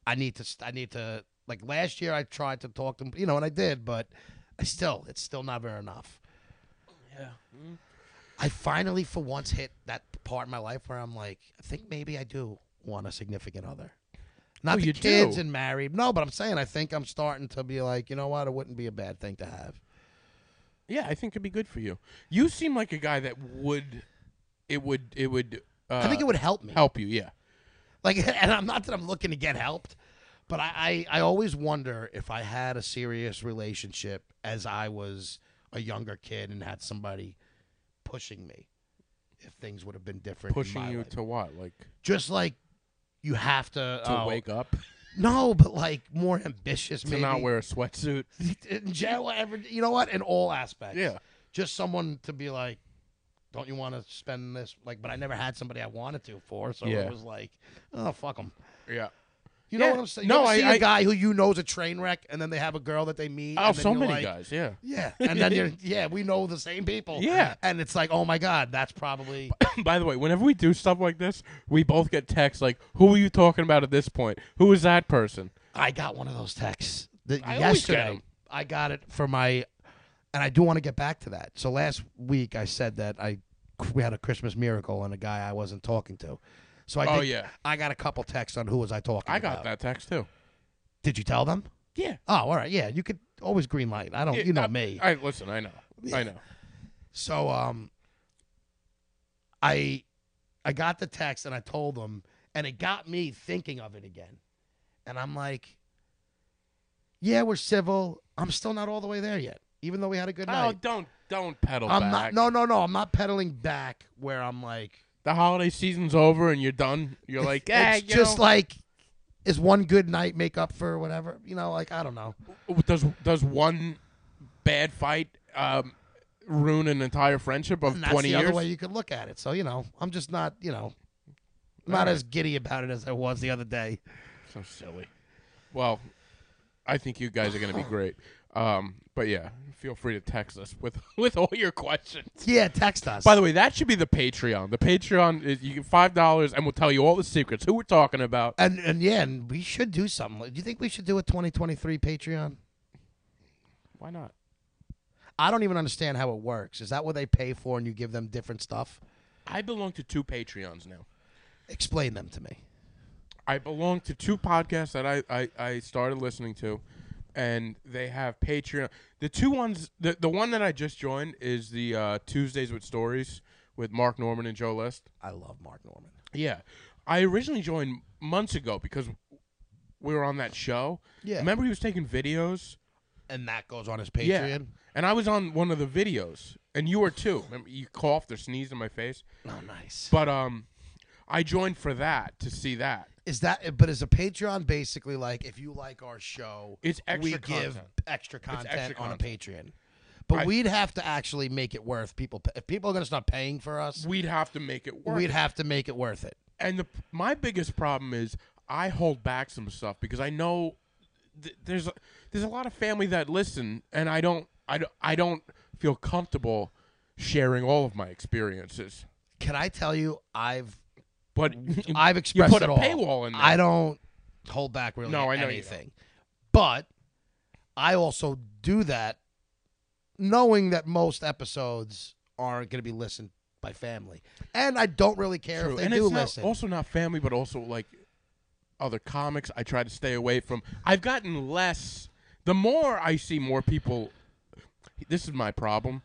[SPEAKER 3] I need to, st- I need to. Like last year, I tried to talk to you know, and I did, but I still, it's still never enough. Yeah. I finally, for once, hit that part in my life where I'm like, I think maybe I do want a significant other. Not
[SPEAKER 2] Oh,
[SPEAKER 3] the
[SPEAKER 2] you
[SPEAKER 3] kids
[SPEAKER 2] do.
[SPEAKER 3] and married. No, but I'm saying I think I'm starting to be like, you know what? It wouldn't be a bad thing to have.
[SPEAKER 2] Yeah, I think it'd be good for you. You seem like a guy that would. It would. It would. Uh,
[SPEAKER 3] I think it would help me.
[SPEAKER 2] help you. Yeah.
[SPEAKER 3] Like, and I'm not that I'm looking to get helped, but I, I, I always wonder if I had a serious relationship as I was a younger kid and had somebody pushing me, if things would have been different. in
[SPEAKER 2] Pushing
[SPEAKER 3] my
[SPEAKER 2] you
[SPEAKER 3] life.
[SPEAKER 2] to what? Like
[SPEAKER 3] just like you have to,
[SPEAKER 2] to
[SPEAKER 3] oh,
[SPEAKER 2] wake up
[SPEAKER 3] No, but like more ambitious.
[SPEAKER 2] to
[SPEAKER 3] maybe.
[SPEAKER 2] not wear a sweatsuit.
[SPEAKER 3] in jail, ever. You know what? In all aspects.
[SPEAKER 2] Yeah.
[SPEAKER 3] Just someone to be like, don't you want to spend this? Like, but I never had somebody I wanted to for, so
[SPEAKER 2] Yeah.
[SPEAKER 3] it was like, oh fuck them.
[SPEAKER 2] Yeah.
[SPEAKER 3] You
[SPEAKER 2] Yeah.
[SPEAKER 3] know what I'm saying?
[SPEAKER 2] No,
[SPEAKER 3] No, you ever
[SPEAKER 2] I-
[SPEAKER 3] see a
[SPEAKER 2] I-
[SPEAKER 3] guy who you know is a train wreck, and then they have a girl that they meet.
[SPEAKER 2] Oh,
[SPEAKER 3] and then
[SPEAKER 2] so
[SPEAKER 3] you're
[SPEAKER 2] many
[SPEAKER 3] like-
[SPEAKER 2] guys. Yeah.
[SPEAKER 3] Yeah, and then you're yeah, we know the same people.
[SPEAKER 2] Yeah.
[SPEAKER 3] and it's like, oh my god, that's probably
[SPEAKER 2] By the way, whenever we do stuff like this, we both get texts like, "Who are you talking about at this point? Who is that person?"
[SPEAKER 3] I got one of those texts that
[SPEAKER 2] I always get
[SPEAKER 3] yesterday.
[SPEAKER 2] 'em.
[SPEAKER 3] I got it for my, and I do want to get back to that. So last week I said that I we had a Christmas miracle and a guy I wasn't talking to. So I
[SPEAKER 2] Oh,
[SPEAKER 3] think
[SPEAKER 2] yeah.
[SPEAKER 3] I got a couple texts on who was I talking.
[SPEAKER 2] I got
[SPEAKER 3] about.
[SPEAKER 2] that text too.
[SPEAKER 3] Did you tell them?
[SPEAKER 2] Yeah.
[SPEAKER 3] Oh, all right, yeah. You could always green light. I don't, Oh, you know
[SPEAKER 2] I,
[SPEAKER 3] me.
[SPEAKER 2] I listen. I know. I know.
[SPEAKER 3] So um I I got the text and I told them and it got me thinking of it again. And I'm like yeah, we're civil. I'm still not all the way there yet. Even though we had a good
[SPEAKER 2] Oh,
[SPEAKER 3] night.
[SPEAKER 2] don't don't pedal
[SPEAKER 3] I'm
[SPEAKER 2] back.
[SPEAKER 3] not no no no, I'm not pedaling back where I'm like
[SPEAKER 2] The holiday season's over and you're done. You're like, eh,
[SPEAKER 3] it's just like is one good night make up for whatever? You know, like I don't know.
[SPEAKER 2] like does does one bad fight um, ruin an entire friendship of
[SPEAKER 3] And that's
[SPEAKER 2] twenty
[SPEAKER 3] the
[SPEAKER 2] years?
[SPEAKER 3] other way you could look at it. So, you know, I'm just not, you know, not
[SPEAKER 2] Alright.
[SPEAKER 3] as giddy about it as I was the other day.
[SPEAKER 2] So silly. Well, I think you guys are going to be great. Um, but yeah, feel free to text us with with all your questions.
[SPEAKER 3] Yeah, text us.
[SPEAKER 2] By the way, that should be the Patreon. The Patreon is you get five dollars, and we'll tell you all the secrets. Who we're talking about?
[SPEAKER 3] And and yeah, and we should do something. Like, Do you think we should do a 2023 Patreon?
[SPEAKER 2] Why not?
[SPEAKER 3] I don't even understand how it works. Is that what they pay for and you give them different stuff?
[SPEAKER 2] I belong to two Patreons now.
[SPEAKER 3] Explain them to me.
[SPEAKER 2] I belong to two podcasts that I, I, I started listening to, and they have Patreon. The two ones, the, the one that I just joined is the uh, Tuesdays with Stories with Mark Norman and Joe List.
[SPEAKER 3] I love Mark Norman.
[SPEAKER 2] Yeah. I originally joined months ago because we were on that show.
[SPEAKER 3] Yeah.
[SPEAKER 2] Remember he was taking videos?
[SPEAKER 3] And that goes on his Patreon.
[SPEAKER 2] And I was on one of the videos, and you were too. Remember, you coughed or sneezed in my face.
[SPEAKER 3] Oh, nice.
[SPEAKER 2] But um, I joined for that to see that.
[SPEAKER 3] Is that but is a Patreon basically like if you like our show,
[SPEAKER 2] It's
[SPEAKER 3] we
[SPEAKER 2] extra
[SPEAKER 3] give
[SPEAKER 2] content.
[SPEAKER 3] extra content
[SPEAKER 2] extra
[SPEAKER 3] on
[SPEAKER 2] content.
[SPEAKER 3] a Patreon. But
[SPEAKER 2] I-
[SPEAKER 3] we'd have to actually make it worth people pa- if people are going to stop paying for us,
[SPEAKER 2] We'd have to make it work.
[SPEAKER 3] we'd have to make it worth it.
[SPEAKER 2] and the, my biggest problem is I hold back some stuff because I know th- there's a, there's a lot of family that listen, and I don't I don't, I don't feel comfortable sharing all of my experiences.
[SPEAKER 3] Can I tell you I've
[SPEAKER 2] But
[SPEAKER 3] I've expressed
[SPEAKER 2] you put
[SPEAKER 3] it
[SPEAKER 2] a
[SPEAKER 3] all.
[SPEAKER 2] paywall in there.
[SPEAKER 3] I don't hold back really
[SPEAKER 2] No,
[SPEAKER 3] at
[SPEAKER 2] I know you
[SPEAKER 3] anything. But I also do that knowing that most episodes aren't going to be listened by family. And I don't really care
[SPEAKER 2] True.
[SPEAKER 3] if they
[SPEAKER 2] and
[SPEAKER 3] do
[SPEAKER 2] it's not-
[SPEAKER 3] listen.
[SPEAKER 2] also not family, but also like other comics. I try to stay away from. I've gotten less. The more I see more people, this is my problem.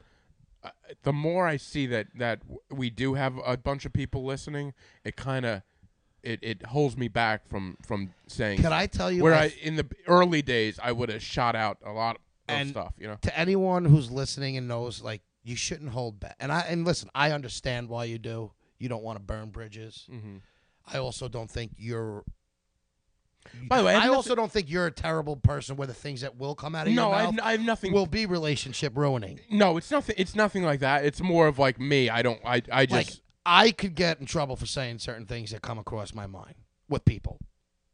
[SPEAKER 2] Uh, the more I see that that w- we do have a bunch of people listening, it kind of it, it holds me back from from saying.
[SPEAKER 3] Can I tell you
[SPEAKER 2] where
[SPEAKER 3] I-
[SPEAKER 2] I in the early days I would have shot out a lot of
[SPEAKER 3] And-
[SPEAKER 2] stuff, you know.
[SPEAKER 3] to anyone who's listening and knows like you shouldn't hold back. And I and listen, I understand why you do. You don't want to burn bridges. I also don't think you're
[SPEAKER 2] By the way, I
[SPEAKER 3] I
[SPEAKER 2] think
[SPEAKER 3] also don't think you're a terrible person where the things that will come out of
[SPEAKER 2] No,
[SPEAKER 3] your
[SPEAKER 2] I
[SPEAKER 3] mouth
[SPEAKER 2] have, I have nothing.
[SPEAKER 3] will be relationship ruining.
[SPEAKER 2] no, it's nothing. It's nothing like that. It's more of like me. I don't. I. I just.
[SPEAKER 3] Like I could get in trouble for saying certain things that come across my mind with people.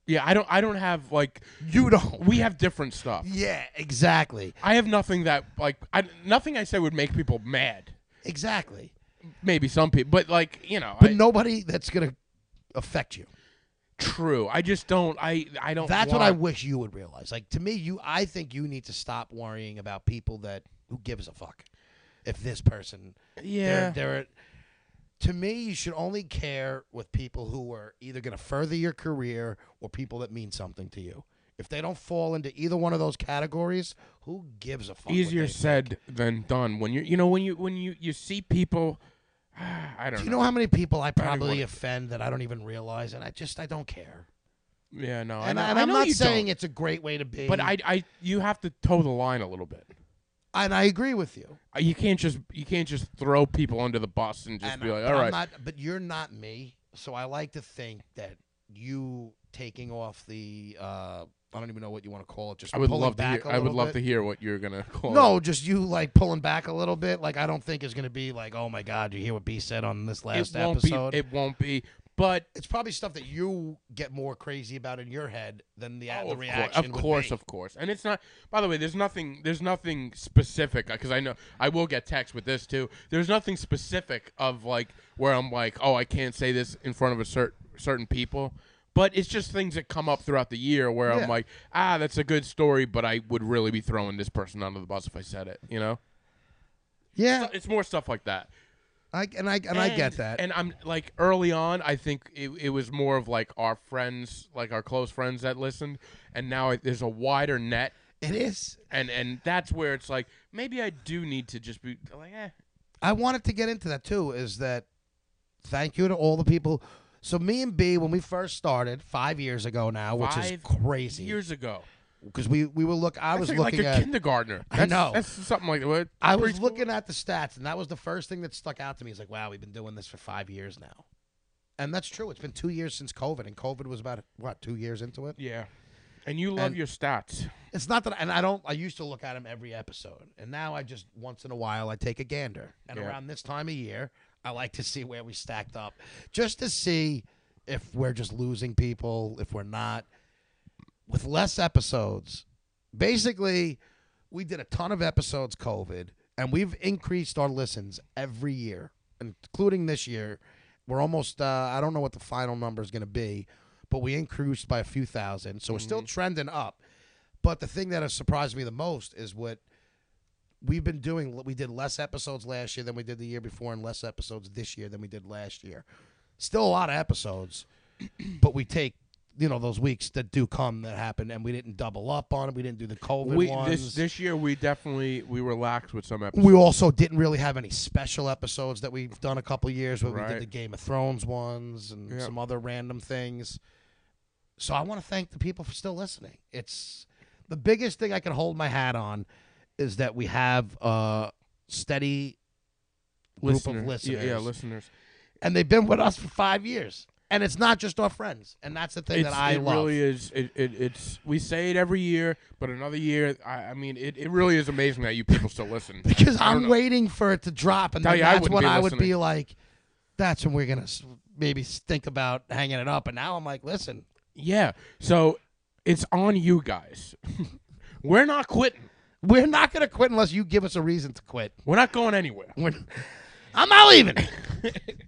[SPEAKER 2] yeah. I don't. I don't have like.
[SPEAKER 3] You don't.
[SPEAKER 2] We have different stuff.
[SPEAKER 3] Yeah, exactly.
[SPEAKER 2] I have nothing that like. I nothing I say would make people mad.
[SPEAKER 3] Exactly.
[SPEAKER 2] Maybe some people, but like you know.
[SPEAKER 3] But
[SPEAKER 2] I,
[SPEAKER 3] nobody that's going to affect you.
[SPEAKER 2] true. I just don't. I. I don't.
[SPEAKER 3] That's what I
[SPEAKER 2] want-
[SPEAKER 3] wish you would realize. Like to me, you I think you need to stop worrying about people that who gives a fuck. If this person
[SPEAKER 2] Yeah.
[SPEAKER 3] they're, they're to me, you should only care with people who are either going to further your career or people that mean something to you. If they don't fall into either one of those categories, who gives a fuck? what
[SPEAKER 2] Easier
[SPEAKER 3] they-
[SPEAKER 2] said than done. When you you know when you when you you see people, I don't
[SPEAKER 3] Do you know how many people I
[SPEAKER 2] even
[SPEAKER 3] probably
[SPEAKER 2] wanna-
[SPEAKER 3] offend that I don't even realize, and I just I don't care.
[SPEAKER 2] Yeah, no,
[SPEAKER 3] And,
[SPEAKER 2] I, know-
[SPEAKER 3] I, and
[SPEAKER 2] I
[SPEAKER 3] I'm
[SPEAKER 2] know
[SPEAKER 3] not
[SPEAKER 2] you
[SPEAKER 3] saying
[SPEAKER 2] don't,
[SPEAKER 3] it's a great way to be,
[SPEAKER 2] but I I you have to toe the line a little bit.
[SPEAKER 3] and I agree with you.
[SPEAKER 2] Uh, You can't just you can't just throw people under the bus and just
[SPEAKER 3] And
[SPEAKER 2] be
[SPEAKER 3] I-
[SPEAKER 2] like,
[SPEAKER 3] but
[SPEAKER 2] all
[SPEAKER 3] I'm
[SPEAKER 2] right,
[SPEAKER 3] not, but you're not me, so I like to think that you taking off the uh, I don't even know what you want to call it. Just
[SPEAKER 2] I would
[SPEAKER 3] pulling
[SPEAKER 2] love to hear,
[SPEAKER 3] back a
[SPEAKER 2] I would
[SPEAKER 3] little
[SPEAKER 2] love
[SPEAKER 3] bit.
[SPEAKER 2] to hear what you're gonna call. it.
[SPEAKER 3] No, just you like pulling back a little bit. Like I don't think it's gonna be like, oh my god, you hear what B said on this
[SPEAKER 2] it
[SPEAKER 3] last
[SPEAKER 2] won't
[SPEAKER 3] episode.
[SPEAKER 2] be. It won't be. But
[SPEAKER 3] it's probably stuff that you get more crazy about in your head than the,
[SPEAKER 2] Oh,
[SPEAKER 3] the
[SPEAKER 2] of cour-
[SPEAKER 3] reaction.
[SPEAKER 2] of
[SPEAKER 3] would
[SPEAKER 2] course,
[SPEAKER 3] be.
[SPEAKER 2] of course, and it's not. By the way, there's nothing. There's nothing specific because I know I will get text with this too. There's nothing specific of like where I'm like, oh, I can't say this in front of a cert- certain people. But it's just things that come up throughout the year where
[SPEAKER 3] Yeah.
[SPEAKER 2] I'm like, ah, that's a good story, but I would really be throwing this person under the bus if I said it. You know,
[SPEAKER 3] yeah.
[SPEAKER 2] it's more stuff like that.
[SPEAKER 3] I and I and, I get that.
[SPEAKER 2] And I'm like early on, I think it, it was more of like our friends, like our close friends that listened, and now it, there's a wider net
[SPEAKER 3] it is.
[SPEAKER 2] and and that's where it's like maybe I do need to just be like, eh.
[SPEAKER 3] I wanted to get into that too. Is that thank you to all the people. So me and B, when we first started five years ago now, which is
[SPEAKER 2] Five
[SPEAKER 3] crazy
[SPEAKER 2] Years ago,
[SPEAKER 3] because we we were look. I was
[SPEAKER 2] That's
[SPEAKER 3] looking
[SPEAKER 2] like, like a
[SPEAKER 3] at.
[SPEAKER 2] kindergartner.
[SPEAKER 3] I
[SPEAKER 2] That's-
[SPEAKER 3] know.
[SPEAKER 2] that's something like what
[SPEAKER 3] I was
[SPEAKER 2] preschool?
[SPEAKER 3] looking at the stats, and that was the first thing that stuck out to me. Is like, wow, we've been doing this for five years now, and that's true. It's been two years since COVID, and COVID was about what two years into it.
[SPEAKER 2] Yeah, and you love
[SPEAKER 3] And-
[SPEAKER 2] your stats.
[SPEAKER 3] It's not that, and I don't. I used to look at them every episode, and now I just once in a while I take a gander, and
[SPEAKER 2] Yeah.
[SPEAKER 3] around this time of year, I like to see where we stacked up, just to see if we're just losing people, if we're not. With less episodes, basically, we did a ton of episodes COVID, and we've increased our listens every year, including this year. We're almost, uh, I don't know what the final number is going to be, but we increased by a few thousand. So we're still
[SPEAKER 2] Mm-hmm.
[SPEAKER 3] trending up. But the thing that has surprised me the most is what we've been doing. We did less episodes last year than we did the year before, and less episodes this year than we did last year. Still a lot of episodes, but we take. You know those weeks that do come that happen, and we didn't double up on it. We didn't do the COVID
[SPEAKER 2] We
[SPEAKER 3] ones
[SPEAKER 2] this this year we definitely we relaxed with some episodes.
[SPEAKER 3] we also didn't really have any special episodes that we've done a couple years where we
[SPEAKER 2] Right.
[SPEAKER 3] did the Game of Thrones ones and
[SPEAKER 2] Yeah.
[SPEAKER 3] some other random things. So I want to thank the people for still listening. It's the biggest thing I can hold my hat on is that we have a steady group
[SPEAKER 2] Listener-
[SPEAKER 3] of listeners,
[SPEAKER 2] yeah, yeah, listeners.
[SPEAKER 3] and they've been with us for five years. And it's not just our friends, and that's the thing
[SPEAKER 2] It's,
[SPEAKER 3] that I
[SPEAKER 2] it
[SPEAKER 3] love.
[SPEAKER 2] really is. It, it, it's we say it every year, but another year. I, I mean, it, it really is amazing that you people still listen.
[SPEAKER 3] because
[SPEAKER 2] I don't
[SPEAKER 3] I'm
[SPEAKER 2] know.
[SPEAKER 3] waiting for it to drop, and
[SPEAKER 2] Tell
[SPEAKER 3] then
[SPEAKER 2] you, I
[SPEAKER 3] that's
[SPEAKER 2] wouldn't
[SPEAKER 3] when
[SPEAKER 2] be
[SPEAKER 3] I would be
[SPEAKER 2] listening.
[SPEAKER 3] like, "That's when we're gonna s- maybe s- think about hanging it up." And now I'm like, "Listen,
[SPEAKER 2] Yeah, so it's on you guys. We're not quitting.
[SPEAKER 3] we're not gonna quit unless you give us a reason to quit.
[SPEAKER 2] We're not going anywhere.
[SPEAKER 3] We're- I'm not leaving."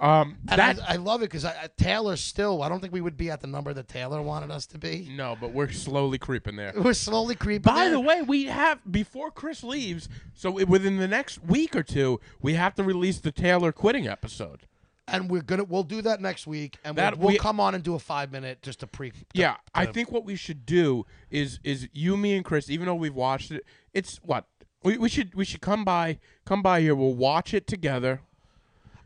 [SPEAKER 2] Um,
[SPEAKER 3] And
[SPEAKER 2] that
[SPEAKER 3] I, I love it because I, I, Taylor still. I don't think we would be at the number that Taylor wanted us to be.
[SPEAKER 2] No, but we're slowly creeping there.
[SPEAKER 3] We're slowly creeping.
[SPEAKER 2] By
[SPEAKER 3] there.
[SPEAKER 2] the way, we have before Chris leaves, so i- within the next week or two, we have to release the Taylor quitting episode.
[SPEAKER 3] and we're gonna we'll do that next week, and
[SPEAKER 2] That
[SPEAKER 3] we'll, we'll
[SPEAKER 2] we-
[SPEAKER 3] come on and do a five minute just to pre.
[SPEAKER 2] Yeah, I think what we should do is is you, me, and Chris. Even though we've watched it, it's what we, we should we should come by come by here. We'll watch it together.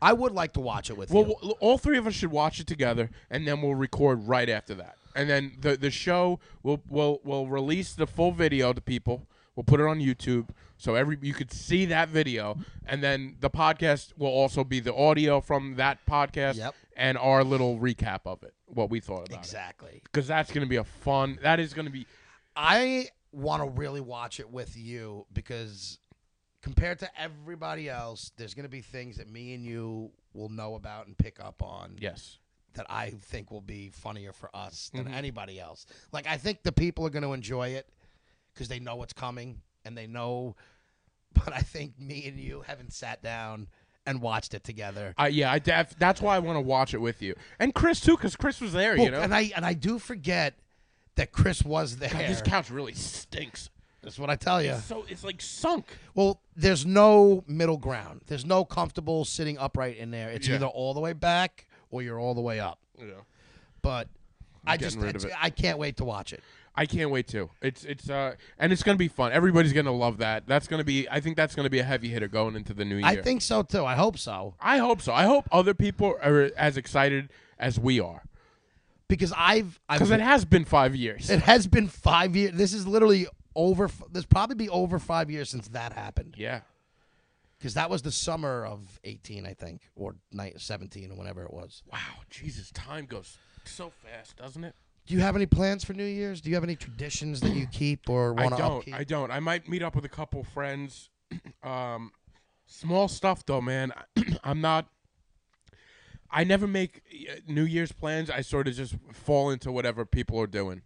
[SPEAKER 3] I would like to watch it with
[SPEAKER 2] Well,
[SPEAKER 3] you.
[SPEAKER 2] w- all three of us should watch it together, and then we'll record right after that. And then the the show will will will release the full video to people. We'll put it on YouTube, so every you could see that video. And then the podcast will also be the audio from that podcast.
[SPEAKER 3] Yep.
[SPEAKER 2] and our little recap of it, what we thought about it.
[SPEAKER 3] Exactly.
[SPEAKER 2] Because that's going to be a fun. That is going to be.
[SPEAKER 3] I want to really watch it with you because compared to everybody else, there's going to be things that me and you will know about and pick up on
[SPEAKER 2] Yes.
[SPEAKER 3] that I think will be funnier for us than
[SPEAKER 2] Mm-hmm.
[SPEAKER 3] anybody else. Like I think the people are going to enjoy it because they know what's coming and they know. But I think me and you haven't sat down and watched it together.
[SPEAKER 2] I yeah. I def, that's why I want to watch it with you and Chris too, because Chris was there. you
[SPEAKER 3] Look,
[SPEAKER 2] know.
[SPEAKER 3] Oh, and I and I do forget that Chris was there.
[SPEAKER 2] God, this couch really stinks.
[SPEAKER 3] That's what I tell you.
[SPEAKER 2] So it's like sunk.
[SPEAKER 3] Well, there's no middle ground. There's no comfortable sitting upright in there. It's
[SPEAKER 2] Yeah.
[SPEAKER 3] either all the way back or you're all the way up.
[SPEAKER 2] You know.
[SPEAKER 3] But i just
[SPEAKER 2] getting rid of
[SPEAKER 3] it's-
[SPEAKER 2] it.
[SPEAKER 3] I can't wait to watch it.
[SPEAKER 2] I can't wait to. It's it's uh and it's gonna be fun. Everybody's gonna love that. That's gonna be. I think that's gonna be a heavy hitter going into the new year.
[SPEAKER 3] I think so too. I hope so
[SPEAKER 2] I hope so. I hope other people are as excited as we are
[SPEAKER 3] because I've I've
[SPEAKER 2] because it has been five years.
[SPEAKER 3] it has been 5 years. This is literally over f- there's probably be over 5 years since that happened
[SPEAKER 2] yeah.
[SPEAKER 3] because that was the summer of 18 I think or ni- 17 or whenever it was.
[SPEAKER 2] Wow. Jesus, time goes so fast, doesn't it?
[SPEAKER 3] Do you have any plans for New Year's? Do you have any traditions that you keep or
[SPEAKER 2] I
[SPEAKER 3] want to
[SPEAKER 2] don't.
[SPEAKER 3] upkeep?
[SPEAKER 2] I don't. I might meet up with a couple friends. um, small stuff though, man. I'm not. I never make uh, New Year's plans. I sort of just fall into whatever people are doing.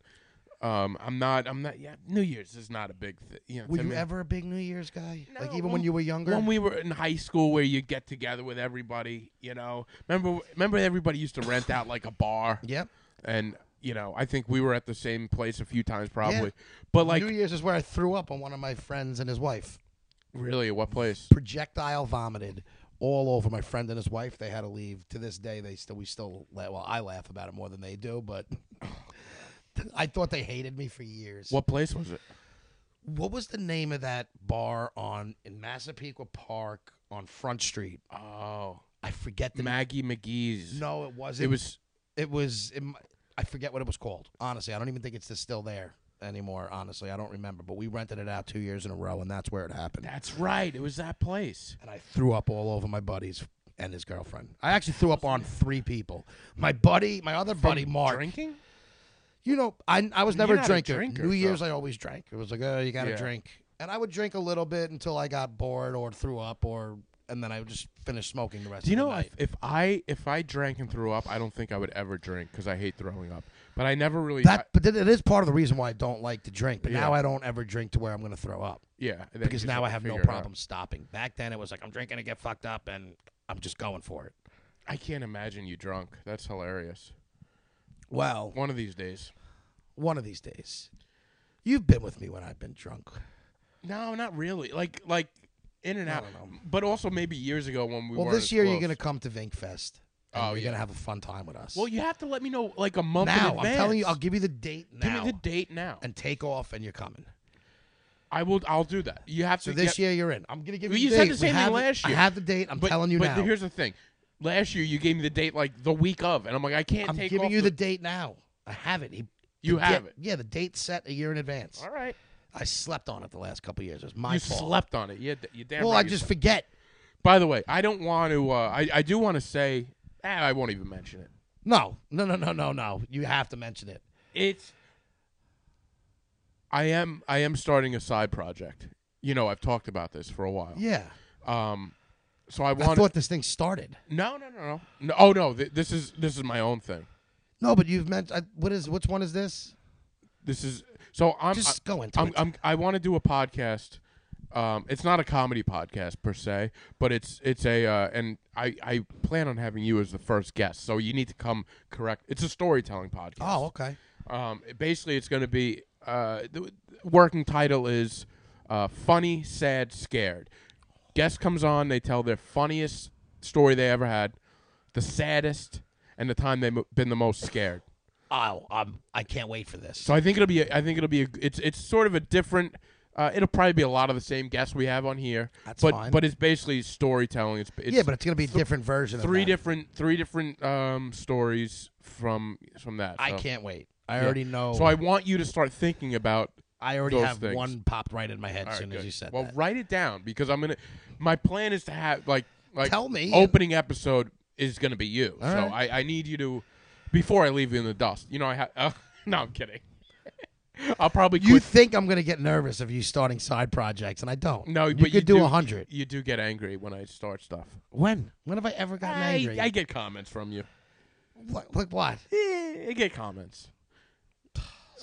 [SPEAKER 2] Um, I'm not. I'm not. Yeah, New Year's is not a big thing. You know,
[SPEAKER 3] were
[SPEAKER 2] to
[SPEAKER 3] you
[SPEAKER 2] me.
[SPEAKER 3] ever a big New Year's guy? like
[SPEAKER 2] No,
[SPEAKER 3] even when you were younger?
[SPEAKER 2] When we were in high school, where you get together with everybody, you know. Remember, remember, everybody used to rent out like a bar.
[SPEAKER 3] Yep.
[SPEAKER 2] And you know, I think we were at the same place a few times, probably. But like,
[SPEAKER 3] New Year's is where I threw up on one of my friends and his wife.
[SPEAKER 2] really, what place?
[SPEAKER 3] Projectile vomited all over my friend and his wife. They had to leave. To this day, they still we still la- well, I laugh about it more than they do, but I thought they hated me for years.
[SPEAKER 2] What place was it?
[SPEAKER 3] what was the name of that bar on in Massapequa Park on Front Street?
[SPEAKER 2] Oh,
[SPEAKER 3] I forget the
[SPEAKER 2] Maggie McGee's.
[SPEAKER 3] No, it wasn't.
[SPEAKER 2] it was.
[SPEAKER 3] It was. It, mi- I forget what it was called. Honestly, I don't even think it's still there anymore. Honestly, I don't remember. But we rented it out two years in a row, and that's where it happened.
[SPEAKER 2] That's right. It was that place.
[SPEAKER 3] and I threw up all over my buddies and his girlfriend. I actually threw up on three people. My buddy, my other buddy Mark.
[SPEAKER 2] Drinking?
[SPEAKER 3] You know, I I was
[SPEAKER 2] You're
[SPEAKER 3] never
[SPEAKER 2] not
[SPEAKER 3] a
[SPEAKER 2] a
[SPEAKER 3] drinker.
[SPEAKER 2] drinker,
[SPEAKER 3] New Year's
[SPEAKER 2] so-
[SPEAKER 3] I always drank. It was like, oh, you gotta
[SPEAKER 2] Yeah.
[SPEAKER 3] drink, and I would drink a little bit until I got bored or threw up, or and then I would just finish smoking the rest.
[SPEAKER 2] Do you
[SPEAKER 3] of
[SPEAKER 2] know
[SPEAKER 3] the
[SPEAKER 2] if,
[SPEAKER 3] night.
[SPEAKER 2] if I if I drank and threw up, I don't think I would ever drink because I hate throwing up. But I never really. I-
[SPEAKER 3] that? But it it is part of the reason why I don't like to drink. But now
[SPEAKER 2] Yeah.
[SPEAKER 3] I don't ever drink to where I'm gonna throw up.
[SPEAKER 2] yeah, that you
[SPEAKER 3] because
[SPEAKER 2] just
[SPEAKER 3] now I
[SPEAKER 2] to
[SPEAKER 3] have no
[SPEAKER 2] figure it out.
[SPEAKER 3] problem stopping. Back then, it was like I'm drinking to get fucked up, and I'm just going for it.
[SPEAKER 2] I can't imagine you drunk. That's hilarious.
[SPEAKER 3] Well,
[SPEAKER 2] One of these days.
[SPEAKER 3] one of these days, you've been with me when I've been drunk.
[SPEAKER 2] No, not really. Like like in and out.
[SPEAKER 3] dunno.
[SPEAKER 2] But also maybe years ago when we
[SPEAKER 3] well,
[SPEAKER 2] weren't
[SPEAKER 3] this
[SPEAKER 2] as
[SPEAKER 3] year you're
[SPEAKER 2] close.
[SPEAKER 3] gonna come to Vinkfest. And
[SPEAKER 2] Oh,
[SPEAKER 3] you're
[SPEAKER 2] yeah.
[SPEAKER 3] gonna have a fun time with us.
[SPEAKER 2] Well, you have to let me know like a month in
[SPEAKER 3] now I'm
[SPEAKER 2] advance.
[SPEAKER 3] telling you, I'll give you the date
[SPEAKER 2] give
[SPEAKER 3] now
[SPEAKER 2] me the date now.
[SPEAKER 3] and take off, and you're coming.
[SPEAKER 2] I will. I'll do that. You have
[SPEAKER 3] So
[SPEAKER 2] to.
[SPEAKER 3] this
[SPEAKER 2] get,
[SPEAKER 3] year you're in. I'm gonna give
[SPEAKER 2] Well,
[SPEAKER 3] you.
[SPEAKER 2] you
[SPEAKER 3] the
[SPEAKER 2] said
[SPEAKER 3] date.
[SPEAKER 2] the
[SPEAKER 3] We
[SPEAKER 2] same thing
[SPEAKER 3] have it.
[SPEAKER 2] last
[SPEAKER 3] I
[SPEAKER 2] year.
[SPEAKER 3] have the date. I'm
[SPEAKER 2] But-
[SPEAKER 3] telling you
[SPEAKER 2] but
[SPEAKER 3] now.
[SPEAKER 2] here's the thing. Last year you gave me the date like the week of, and I'm like, I can't
[SPEAKER 3] I'm
[SPEAKER 2] take
[SPEAKER 3] giving
[SPEAKER 2] off
[SPEAKER 3] you the, date now. I have it. He,
[SPEAKER 2] You
[SPEAKER 3] the
[SPEAKER 2] have
[SPEAKER 3] date-
[SPEAKER 2] it.
[SPEAKER 3] Yeah, the date set a year in advance.
[SPEAKER 2] All right.
[SPEAKER 3] I slept on it the last couple of years. It was my
[SPEAKER 2] you
[SPEAKER 3] fault.
[SPEAKER 2] slept on it. You, had- you damn
[SPEAKER 3] well,
[SPEAKER 2] right
[SPEAKER 3] I
[SPEAKER 2] you
[SPEAKER 3] just
[SPEAKER 2] slept.
[SPEAKER 3] forget.
[SPEAKER 2] By the way, I don't want to. Uh, I I do want to say. eh, I won't even mention it.
[SPEAKER 3] No, no, no, no, no, no. You have to mention it.
[SPEAKER 2] It's. I am. I am starting a side project. You know, I've talked about this for a while.
[SPEAKER 3] Yeah.
[SPEAKER 2] Um, so I
[SPEAKER 3] I
[SPEAKER 2] want.
[SPEAKER 3] thought this thing started.
[SPEAKER 2] no, no, no, no, no. Oh no, th- this is this is my own thing.
[SPEAKER 3] No, but you've mentioned. What is? Which one is this?
[SPEAKER 2] This is so I'm
[SPEAKER 3] Just
[SPEAKER 2] I,
[SPEAKER 3] go into
[SPEAKER 2] I'm,
[SPEAKER 3] it.
[SPEAKER 2] I'm, I want to do a podcast. Um, it's not a comedy podcast per se, but it's it's a uh, and I I plan on having you as the first guest, so you need to come correct. It's a storytelling podcast.
[SPEAKER 3] Oh, okay.
[SPEAKER 2] Um, it- basically, it's going to be uh, the working title is uh, funny, sad, scared. Guest comes on, they tell their funniest story they ever had, the saddest, and the time they've been the most scared.
[SPEAKER 3] Oh, um, I can't wait for this.
[SPEAKER 2] So I think it'll be. A, I think it'll be. A, it's it's sort of a different. Uh, it'll probably be a lot of the same guests we have on here.
[SPEAKER 3] That's
[SPEAKER 2] but
[SPEAKER 3] fine.
[SPEAKER 2] but it's basically storytelling. It's, it's
[SPEAKER 3] yeah, but it's gonna be a different version.
[SPEAKER 2] three
[SPEAKER 3] of that.
[SPEAKER 2] different three different um, stories from from that.
[SPEAKER 3] I
[SPEAKER 2] so.
[SPEAKER 3] can't wait. I
[SPEAKER 2] yeah.
[SPEAKER 3] already know.
[SPEAKER 2] So I want you to start thinking about.
[SPEAKER 3] I already
[SPEAKER 2] those
[SPEAKER 3] have
[SPEAKER 2] things.
[SPEAKER 3] one popped right in my head
[SPEAKER 2] All
[SPEAKER 3] as
[SPEAKER 2] right,
[SPEAKER 3] soon as
[SPEAKER 2] good.
[SPEAKER 3] you said
[SPEAKER 2] well,
[SPEAKER 3] that.
[SPEAKER 2] write it down because I'm gonna. My plan is to have like like
[SPEAKER 3] Tell me.
[SPEAKER 2] opening episode is going to be you.
[SPEAKER 3] All
[SPEAKER 2] so
[SPEAKER 3] right.
[SPEAKER 2] I, I need you to, before I leave you in the dust. You know, I ha- uh, no, I'm kidding. I'll probably
[SPEAKER 3] You
[SPEAKER 2] quit.
[SPEAKER 3] think I'm going to get nervous of you starting side projects, and I don't.
[SPEAKER 2] no,
[SPEAKER 3] you
[SPEAKER 2] but
[SPEAKER 3] could
[SPEAKER 2] you
[SPEAKER 3] do a hundred.
[SPEAKER 2] You do get angry when I start stuff.
[SPEAKER 3] When? When have I ever gotten
[SPEAKER 2] I,
[SPEAKER 3] angry?
[SPEAKER 2] I get comments from you.
[SPEAKER 3] Like- like what?
[SPEAKER 2] Eh, I get comments.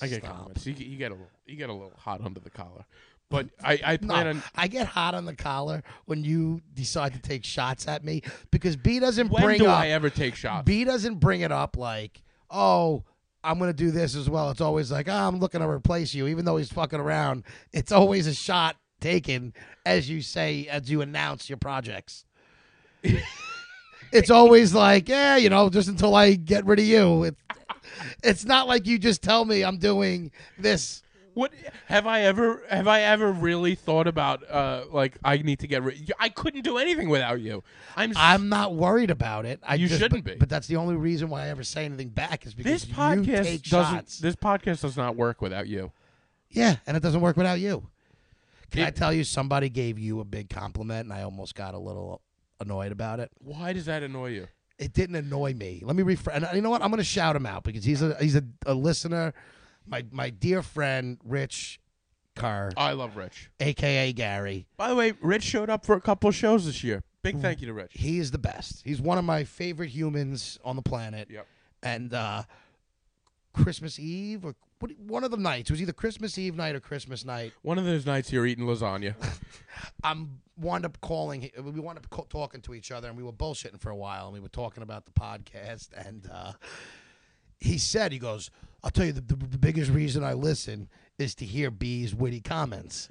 [SPEAKER 2] I get
[SPEAKER 3] Stop.
[SPEAKER 2] comments. You, get- you get a little, you get a little hot under the collar, but I, I plan
[SPEAKER 3] No,
[SPEAKER 2] on
[SPEAKER 3] I get hot on the collar when you decide to take shots at me because B doesn't
[SPEAKER 2] when
[SPEAKER 3] bring
[SPEAKER 2] do
[SPEAKER 3] up
[SPEAKER 2] I ever take shots?
[SPEAKER 3] B doesn't bring it up like, oh, I'm gonna do this as well. It's always like, oh, I'm looking to replace you, even though he's fucking around. It's always a shot taken as you say, as you announce your projects. it's always like, yeah, you know, just until I get rid of you. It, it's not like you just tell me I'm doing this.
[SPEAKER 2] What have I ever have I ever really thought about? Uh, like I need to get rid. I couldn't do anything without you. I'm. s-
[SPEAKER 3] I'm not worried about it. I
[SPEAKER 2] You
[SPEAKER 3] just,
[SPEAKER 2] shouldn't
[SPEAKER 3] but,
[SPEAKER 2] be.
[SPEAKER 3] But that's the only reason why I ever say anything back is because
[SPEAKER 2] this
[SPEAKER 3] you
[SPEAKER 2] podcast
[SPEAKER 3] take
[SPEAKER 2] doesn't.
[SPEAKER 3] shots.
[SPEAKER 2] This podcast does not work without you.
[SPEAKER 3] Yeah, and it doesn't work without you. Can I
[SPEAKER 2] It-
[SPEAKER 3] tell you, somebody gave you a big compliment, and I almost got a little annoyed about it.
[SPEAKER 2] Why does that annoy you?
[SPEAKER 3] It didn't annoy me. Let me refresh. You know what? I'm going to shout him out because he's a he's a, a listener. My my dear friend Rich Carr,
[SPEAKER 2] I love Rich.
[SPEAKER 3] aka Gary.
[SPEAKER 2] By the way, Rich showed up for a couple shows this year. Big thank you to Rich.
[SPEAKER 3] Mm. He is the best. He's one of my favorite humans on the planet.
[SPEAKER 2] Yep.
[SPEAKER 3] And uh, Christmas Eve or what, one of the nights it was either Christmas Eve night or Christmas night.
[SPEAKER 2] One of those nights you're eating lasagna.
[SPEAKER 3] I'm wound up calling. We wound up co- talking to each other, and we were bullshitting for a while, and we were talking about the podcast. And uh, he said, "He goes, I'll tell you the, the, the biggest reason I listen is to hear B's witty comments."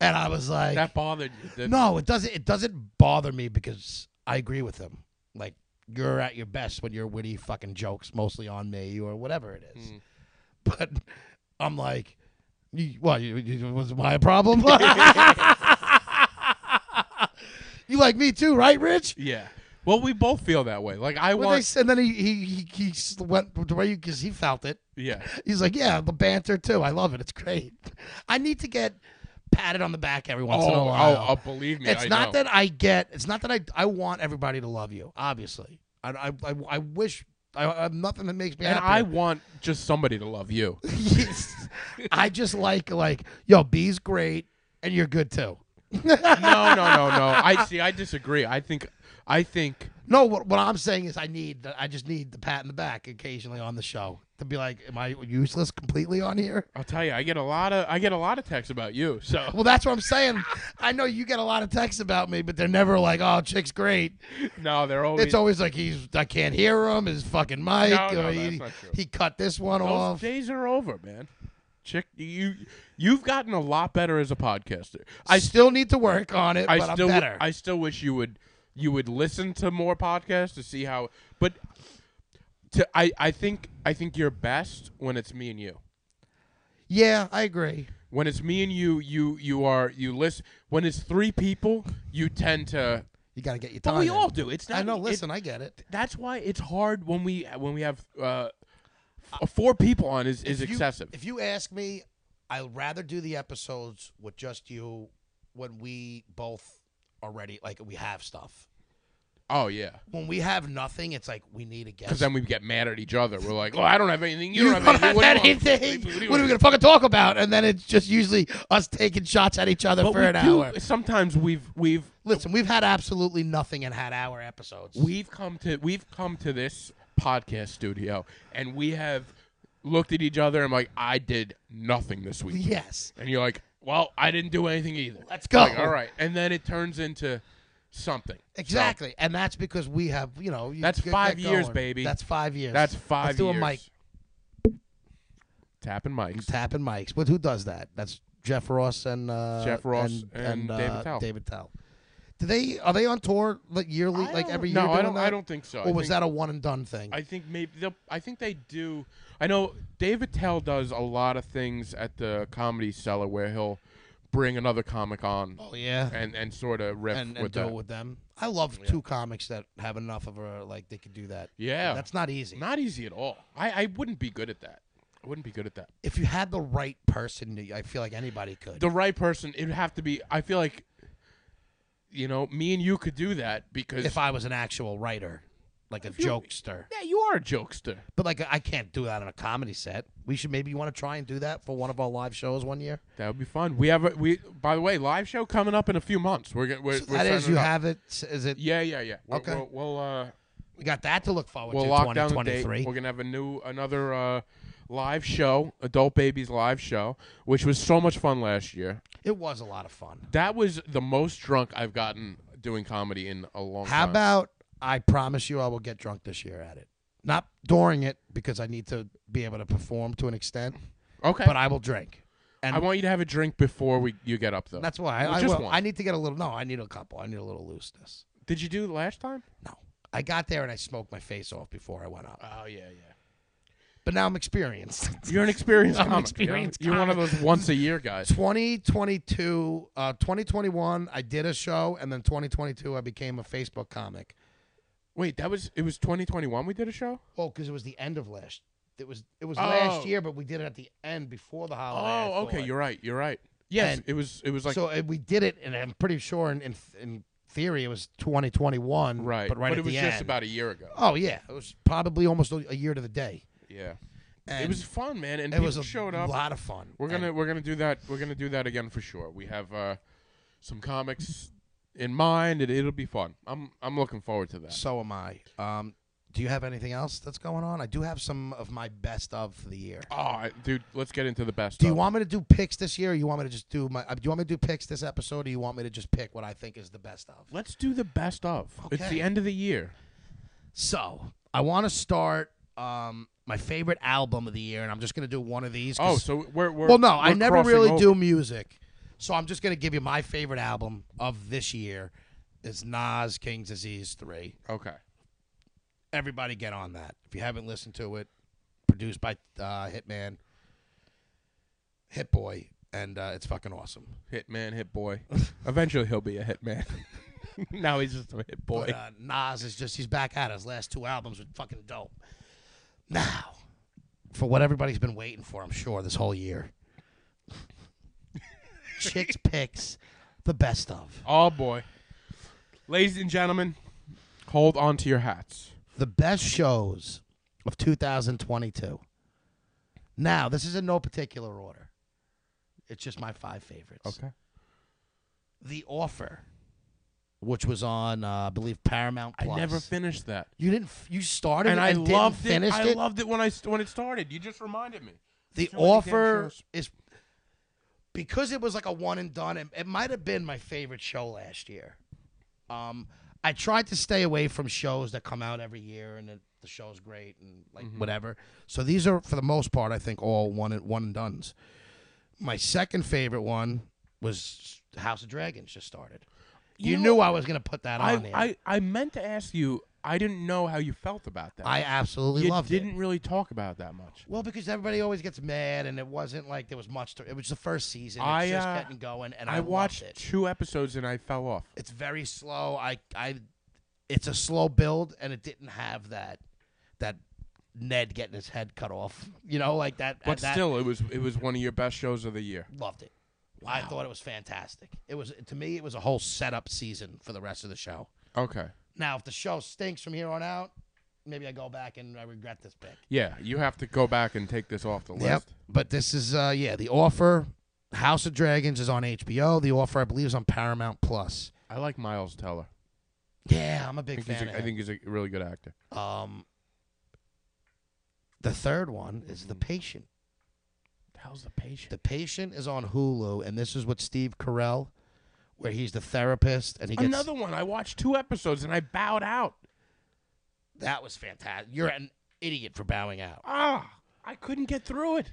[SPEAKER 3] and I was like,
[SPEAKER 2] that bothered you. didn't it?
[SPEAKER 3] "No, it doesn't. It doesn't bother me because I agree with him. Like you're at your best when you're witty fucking jokes, mostly on me or whatever it
[SPEAKER 2] Hmm.
[SPEAKER 3] is." But I'm like, you, "What? You, you, was it my problem?" You like me too, right, Rich?
[SPEAKER 2] Yeah. Well, we both feel that way. Like I
[SPEAKER 3] Well, they
[SPEAKER 2] want.
[SPEAKER 3] said, and then he he he, he s- went the way because he felt it.
[SPEAKER 2] yeah.
[SPEAKER 3] He's like, yeah, the banter too. I love it. It's great. I need to get patted on the back every once
[SPEAKER 2] Oh,
[SPEAKER 3] in a
[SPEAKER 2] oh,
[SPEAKER 3] while.
[SPEAKER 2] oh, believe me.
[SPEAKER 3] it's
[SPEAKER 2] I
[SPEAKER 3] not
[SPEAKER 2] know.
[SPEAKER 3] that I get. It's not that I I want everybody to love you. Obviously, I I I, I wish. I, I have nothing that makes me
[SPEAKER 2] And I
[SPEAKER 3] happy.
[SPEAKER 2] want just somebody to love you.
[SPEAKER 3] I just like like yo, B's great, and you're good too.
[SPEAKER 2] no, no, no, no. I see. I disagree. I think, I think.
[SPEAKER 3] No, what, what I'm saying is I need the, I just need the pat in the back occasionally on the show to be like, am I useless completely on here?
[SPEAKER 2] I'll tell you. I get a lot of. I get a lot of texts about you. So
[SPEAKER 3] Well, that's what I'm saying. I know you get a lot of texts about me, but they're never like, "Oh, chick's great."
[SPEAKER 2] no, they're always.
[SPEAKER 3] It's always like he's I can't hear him. His fucking mic.
[SPEAKER 2] No, no,
[SPEAKER 3] or
[SPEAKER 2] that's
[SPEAKER 3] he,
[SPEAKER 2] not true.
[SPEAKER 3] he cut this one
[SPEAKER 2] those
[SPEAKER 3] off.
[SPEAKER 2] days are over, man. Chick, you you've gotten a lot better as a podcaster.
[SPEAKER 3] I
[SPEAKER 2] I
[SPEAKER 3] still need to work on it,
[SPEAKER 2] I
[SPEAKER 3] but
[SPEAKER 2] still
[SPEAKER 3] I'm better.
[SPEAKER 2] I still wish you would you would listen to more podcasts to see how. But to I I think I think you're best when it's me and you.
[SPEAKER 3] yeah, I agree.
[SPEAKER 2] When it's me and you, you you are you listen. When it's three people, you tend to.
[SPEAKER 3] You got to get your time.
[SPEAKER 2] But we
[SPEAKER 3] in.
[SPEAKER 2] all do. It's not.
[SPEAKER 3] I know.
[SPEAKER 2] it-
[SPEAKER 3] Listen, I get it.
[SPEAKER 2] that's why it's hard when we when we have uh, f- four people on is, is
[SPEAKER 3] If you-
[SPEAKER 2] excessive.
[SPEAKER 3] If you ask me, I'd rather do the episodes with just you when we both are ready, like we have stuff.
[SPEAKER 2] oh yeah,
[SPEAKER 3] When we have nothing, it's like we need a
[SPEAKER 2] because
[SPEAKER 3] guest.
[SPEAKER 2] then we get mad at each other. We're like, oh, I don't have anything. You,
[SPEAKER 3] You
[SPEAKER 2] don't,
[SPEAKER 3] don't
[SPEAKER 2] have,
[SPEAKER 3] have
[SPEAKER 2] What do you want?
[SPEAKER 3] anything.
[SPEAKER 2] What do you
[SPEAKER 3] What are we
[SPEAKER 2] want?
[SPEAKER 3] gonna fucking talk about? And then it's just usually us taking shots at each other
[SPEAKER 2] But
[SPEAKER 3] for
[SPEAKER 2] we
[SPEAKER 3] an
[SPEAKER 2] do-
[SPEAKER 3] hour.
[SPEAKER 2] Sometimes we've we've
[SPEAKER 3] Listen, we've had absolutely nothing and had hour episodes.
[SPEAKER 2] we've come to we've come to this podcast studio and we have looked at each other and like I did nothing this week.
[SPEAKER 3] yes,
[SPEAKER 2] And you're like, well, I didn't do anything either.
[SPEAKER 3] let's go.
[SPEAKER 2] Like, all right, and then it turns into something.
[SPEAKER 3] exactly, and that's because we have you know you
[SPEAKER 2] That's
[SPEAKER 3] get-
[SPEAKER 2] five
[SPEAKER 3] get
[SPEAKER 2] years,
[SPEAKER 3] going.
[SPEAKER 2] baby.
[SPEAKER 3] That's five years.
[SPEAKER 2] That's 5
[SPEAKER 3] Let's do
[SPEAKER 2] years.
[SPEAKER 3] a mic
[SPEAKER 2] Tapping mics.
[SPEAKER 3] tapping mics, but who does that? That's Jeff Ross and uh,
[SPEAKER 2] Jeff Ross and
[SPEAKER 3] and, and, uh,
[SPEAKER 2] David Tell.
[SPEAKER 3] David Tell. Do they are they on tour like yearly,
[SPEAKER 2] I
[SPEAKER 3] like
[SPEAKER 2] don't-
[SPEAKER 3] every year?
[SPEAKER 2] no, I
[SPEAKER 3] doing
[SPEAKER 2] don't.
[SPEAKER 3] That?
[SPEAKER 2] I don't think so. I
[SPEAKER 3] Or was
[SPEAKER 2] think,
[SPEAKER 3] that a one and done thing?
[SPEAKER 2] I think maybe they'll. I think they do. I know David Tell does a lot of things at the Comedy Cellar where he'll bring another comic on
[SPEAKER 3] oh yeah,
[SPEAKER 2] and and sort of riff
[SPEAKER 3] and, and
[SPEAKER 2] with
[SPEAKER 3] do
[SPEAKER 2] that.
[SPEAKER 3] it with them. I love two comics that have enough of a like they could do that.
[SPEAKER 2] Yeah.
[SPEAKER 3] that's not easy.
[SPEAKER 2] Not easy at all. I I wouldn't be good at that. I wouldn't be good at that.
[SPEAKER 3] if you had the right person, I feel like anybody could.
[SPEAKER 2] The right person. It'd have to be. I feel like You know, me and you could do that because
[SPEAKER 3] If I was an actual writer, like a jokester.
[SPEAKER 2] yeah, you are a jokester.
[SPEAKER 3] But like I can't do that on a comedy set. We should maybe want to try and do that for one of our live shows one year.
[SPEAKER 2] That would be fun. We have a we. By the way, live show coming up in a few months. We're gonna we're, we're
[SPEAKER 3] That is,
[SPEAKER 2] setting
[SPEAKER 3] you
[SPEAKER 2] it up.
[SPEAKER 3] have it. Is it?
[SPEAKER 2] Yeah, yeah, yeah. We're,
[SPEAKER 3] Okay.
[SPEAKER 2] We'll, we'll uh
[SPEAKER 3] We got that to look forward
[SPEAKER 2] we'll
[SPEAKER 3] to.
[SPEAKER 2] lock down the date.
[SPEAKER 3] 2023.
[SPEAKER 2] We're gonna have a new another uh live show, adult babies live show, which was so much fun last year.
[SPEAKER 3] It was a lot of fun.
[SPEAKER 2] That was the most drunk I've gotten doing comedy in a long
[SPEAKER 3] How
[SPEAKER 2] time.
[SPEAKER 3] about I promise you I will get drunk this year at it. Not during it because I need to be able to perform to an extent,
[SPEAKER 2] okay?
[SPEAKER 3] but I will drink. And
[SPEAKER 2] I want you to have a drink before we you get up though.
[SPEAKER 3] that's why I,
[SPEAKER 2] Well,
[SPEAKER 3] I
[SPEAKER 2] just
[SPEAKER 3] will.
[SPEAKER 2] one.
[SPEAKER 3] I need to get a little. No, I need a couple. I need a little looseness.
[SPEAKER 2] Did you do it last time?
[SPEAKER 3] No, I got there and I smoked my face off before I went up.
[SPEAKER 2] Oh yeah, yeah.
[SPEAKER 3] But now I'm experienced.
[SPEAKER 2] You're an experienced
[SPEAKER 3] I'm an
[SPEAKER 2] comic.
[SPEAKER 3] experienced
[SPEAKER 2] You're, you're one of
[SPEAKER 3] comic.
[SPEAKER 2] those once a year guys.
[SPEAKER 3] 2022, uh, 2021, I did a show, and then 2022, I became a Facebook comic.
[SPEAKER 2] Wait, that was it was 2021 we did a show?
[SPEAKER 3] Oh, because it was the end of last. It was it was last
[SPEAKER 2] Oh.
[SPEAKER 3] year, but we did it at the end before the holiday. I
[SPEAKER 2] Oh, okay,
[SPEAKER 3] thought.
[SPEAKER 2] you're right. You're right. Yes,
[SPEAKER 3] And-
[SPEAKER 2] it was it was like
[SPEAKER 3] so uh, we did it, and I'm pretty sure in in, in theory it was 2021.
[SPEAKER 2] right.
[SPEAKER 3] but right at
[SPEAKER 2] it was
[SPEAKER 3] the
[SPEAKER 2] just
[SPEAKER 3] end.
[SPEAKER 2] about a year ago.
[SPEAKER 3] Oh yeah, it was probably almost a a year to the day.
[SPEAKER 2] Yeah.
[SPEAKER 3] And
[SPEAKER 2] it was fun, man, and
[SPEAKER 3] it
[SPEAKER 2] people
[SPEAKER 3] was a
[SPEAKER 2] showed up.
[SPEAKER 3] lot of fun.
[SPEAKER 2] We're
[SPEAKER 3] And
[SPEAKER 2] gonna we're gonna do that. We're gonna do that again for sure. We have uh, some comics in mind. It, it'll be fun. I'm I'm looking forward to that.
[SPEAKER 3] So am I. Um, do you have anything else that's going on? I do have some of my best of for the year.
[SPEAKER 2] Oh, I- dude, let's get into the best.
[SPEAKER 3] Do you
[SPEAKER 2] of.
[SPEAKER 3] want me to do picks this year? Or you want me to just do my? uh, Do you want me to do picks this episode, or you want me to just pick what I think is the best of?
[SPEAKER 2] Let's do the best of. It's
[SPEAKER 3] Okay.
[SPEAKER 2] the end of the year.
[SPEAKER 3] So I want to start um, my favorite album of the year, and I'm just gonna do one of these.
[SPEAKER 2] Oh,
[SPEAKER 3] 'cause-
[SPEAKER 2] so we're, we're
[SPEAKER 3] well, no, I
[SPEAKER 2] we're
[SPEAKER 3] never
[SPEAKER 2] crossing
[SPEAKER 3] really
[SPEAKER 2] over.
[SPEAKER 3] do music, so I'm just gonna give you my favorite album of this year. Is Nas King's Disease three?
[SPEAKER 2] Okay.
[SPEAKER 3] everybody get on that. If you haven't listened to it, produced by uh, Hitman, Hit Boy, and uh, it's fucking awesome.
[SPEAKER 2] Hitman, hit boy. Eventually, he'll be a hitman. now he's just a hit boy.
[SPEAKER 3] But uh, Nas is just, he's back at it. His last two albums were fucking dope. Now, for what everybody's been waiting for, I'm sure, this whole year Chicks Picks, the best of.
[SPEAKER 2] Oh boy. Ladies and gentlemen, hold on to your hats.
[SPEAKER 3] the best shows of 2022. Now, this is in no particular order. It's just my five favorites. The Offer, which was on, uh, I believe, Paramount
[SPEAKER 2] I
[SPEAKER 3] Plus.
[SPEAKER 2] never finished that.
[SPEAKER 3] you didn't. f- You started
[SPEAKER 2] And
[SPEAKER 3] it
[SPEAKER 2] I
[SPEAKER 3] and
[SPEAKER 2] loved
[SPEAKER 3] didn't
[SPEAKER 2] it.
[SPEAKER 3] finish
[SPEAKER 2] I
[SPEAKER 3] it.
[SPEAKER 2] loved it when I st- when it started. You just reminded me.
[SPEAKER 3] the
[SPEAKER 2] so many damn
[SPEAKER 3] Offer
[SPEAKER 2] shows.
[SPEAKER 3] is because it was like a one and done. It, it might have been my favorite show last year. Um, I tried to stay away from shows that come out every year and the, the show's great and like
[SPEAKER 2] Mm-hmm.
[SPEAKER 3] whatever. So these are for the most part, I think, all one and one and duns. My second favorite one was House of Dragons just started. You,
[SPEAKER 2] You know,
[SPEAKER 3] knew I was gonna put that on there. I,
[SPEAKER 2] I, I I meant to ask you. I didn't know how you felt about that.
[SPEAKER 3] absolutely
[SPEAKER 2] you
[SPEAKER 3] loved it.
[SPEAKER 2] didn't really talk about it that much.
[SPEAKER 3] Well, because everybody always gets mad, and it wasn't like there was much. To, it was the first season. It's
[SPEAKER 2] I,
[SPEAKER 3] just
[SPEAKER 2] uh,
[SPEAKER 3] getting going, and I,
[SPEAKER 2] I
[SPEAKER 3] loved
[SPEAKER 2] watched
[SPEAKER 3] it.
[SPEAKER 2] two episodes and I fell off.
[SPEAKER 3] It's very slow. I, I, it's a slow build, and it didn't have that, that Ned getting his head cut off. You know, like that. uh,
[SPEAKER 2] But
[SPEAKER 3] that,
[SPEAKER 2] still, it was it was one of your best shows of the year.
[SPEAKER 3] loved it. I thought it was fantastic. It was to me, it was a whole setup season for the rest of the show.
[SPEAKER 2] Okay.
[SPEAKER 3] Now, if the show stinks from here on out, maybe I go back and I regret this pick.
[SPEAKER 2] Yeah, you have to go back and take this off the list.
[SPEAKER 3] Yep. But this is uh yeah, The Offer, House of Dragons is on HBO. The Offer I believe is on Paramount Plus.
[SPEAKER 2] I like Miles Teller.
[SPEAKER 3] Yeah, I'm a
[SPEAKER 2] I
[SPEAKER 3] big
[SPEAKER 2] think, he's
[SPEAKER 3] fan.
[SPEAKER 2] a,
[SPEAKER 3] of
[SPEAKER 2] I
[SPEAKER 3] him.
[SPEAKER 2] think he's a really good actor.
[SPEAKER 3] um the third one is
[SPEAKER 2] Hmm.
[SPEAKER 3] The Patient.
[SPEAKER 2] How's the patient?
[SPEAKER 3] The Patient is on Hulu and this is with Steve Carell where he's the therapist and he gets
[SPEAKER 2] Another one. I watched two episodes and I bowed out.
[SPEAKER 3] That was fantastic. You're an idiot for bowing out.
[SPEAKER 2] Ah, I couldn't get through it.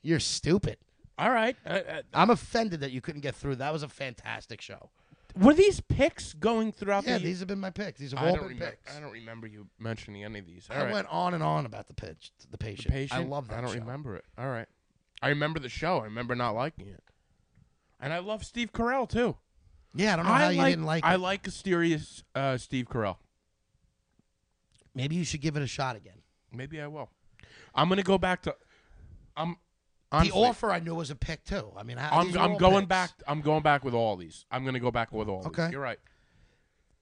[SPEAKER 3] You're stupid.
[SPEAKER 2] All right. Uh, uh,
[SPEAKER 3] I'm offended that you couldn't get through. That was a fantastic show.
[SPEAKER 2] were these picks going throughout
[SPEAKER 3] Yeah,
[SPEAKER 2] the
[SPEAKER 3] these have been my picks. These have
[SPEAKER 2] I
[SPEAKER 3] all
[SPEAKER 2] don't,
[SPEAKER 3] been
[SPEAKER 2] remem-
[SPEAKER 3] picks.
[SPEAKER 2] I don't remember you mentioning any of these. All
[SPEAKER 3] I
[SPEAKER 2] right.
[SPEAKER 3] went on and on about the pitch, the
[SPEAKER 2] The
[SPEAKER 3] patient.
[SPEAKER 2] patient.
[SPEAKER 3] I love that.
[SPEAKER 2] I don't
[SPEAKER 3] show.
[SPEAKER 2] remember it. All right. I remember the show. I remember not liking it. And I love Steve Carell too.
[SPEAKER 3] Yeah, I don't know how you didn't like
[SPEAKER 2] I
[SPEAKER 3] it.
[SPEAKER 2] like mysterious uh, Steve Carell.
[SPEAKER 3] Maybe you should give it a shot again.
[SPEAKER 2] Maybe I will. I'm gonna go back to. I'm. Honestly,
[SPEAKER 3] the offer I knew was a pick too. I mean, I,
[SPEAKER 2] I'm,
[SPEAKER 3] these are
[SPEAKER 2] I'm
[SPEAKER 3] all
[SPEAKER 2] going
[SPEAKER 3] picks.
[SPEAKER 2] back. I'm going back with all these. I'm going to go back with all these.
[SPEAKER 3] Okay.
[SPEAKER 2] You're right.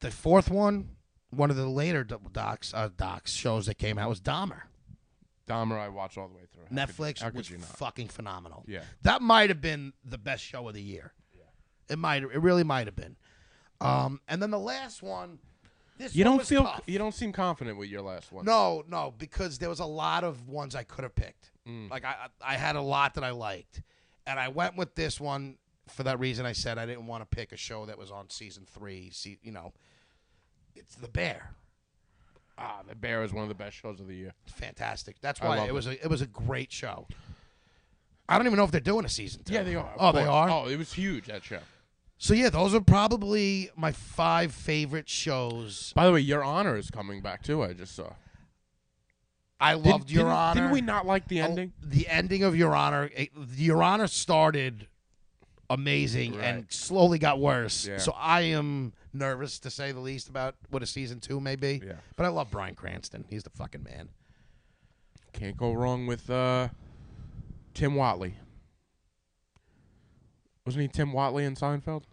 [SPEAKER 3] The fourth one, one of the later do- docs uh, docs shows that came out was Dahmer.
[SPEAKER 2] Dahmer, I watched all the way through. How could-
[SPEAKER 3] Netflix
[SPEAKER 2] how could
[SPEAKER 3] was
[SPEAKER 2] you not?
[SPEAKER 3] fucking phenomenal.
[SPEAKER 2] Yeah.
[SPEAKER 3] that might have been the best show of the year. It might. It really might have been. Um, and then the last one. This
[SPEAKER 2] You
[SPEAKER 3] one
[SPEAKER 2] don't
[SPEAKER 3] was
[SPEAKER 2] feel.
[SPEAKER 3] tough.
[SPEAKER 2] You don't seem confident with your last one.
[SPEAKER 3] No, no, because there was a lot of ones I could have picked.
[SPEAKER 2] Mm.
[SPEAKER 3] Like I, I I had a lot that I liked, and I went with this one for that reason. I said I didn't want to pick a show that was on season three. See, you know, it's The Bear.
[SPEAKER 2] Ah, The Bear is one of the best shows of the year.
[SPEAKER 3] It's fantastic. That's
[SPEAKER 2] I
[SPEAKER 3] why
[SPEAKER 2] love
[SPEAKER 3] it was a it was a great show. I don't even know if they're doing a season two.
[SPEAKER 2] Yeah, they are. of
[SPEAKER 3] Oh, they
[SPEAKER 2] course.
[SPEAKER 3] are.
[SPEAKER 2] Oh, it was huge that show.
[SPEAKER 3] So yeah, those are probably my five favorite shows.
[SPEAKER 2] By the way, Your Honor is coming back too. I just saw.
[SPEAKER 3] I
[SPEAKER 2] Didn't-
[SPEAKER 3] loved Your
[SPEAKER 2] didn't-
[SPEAKER 3] Honor.
[SPEAKER 2] Didn't we not like the
[SPEAKER 3] Oh,
[SPEAKER 2] ending?
[SPEAKER 3] The ending of Your Honor. it- Your Honor started amazing and
[SPEAKER 2] Right.
[SPEAKER 3] slowly got worse.
[SPEAKER 2] Yeah.
[SPEAKER 3] So I am nervous to say the least about what a season two may be.
[SPEAKER 2] Yeah.
[SPEAKER 3] But I love Brian Cranston. He's the fucking man.
[SPEAKER 2] Can't go wrong with uh, Tim Watley. Wasn't he Tim Watley in Seinfeld?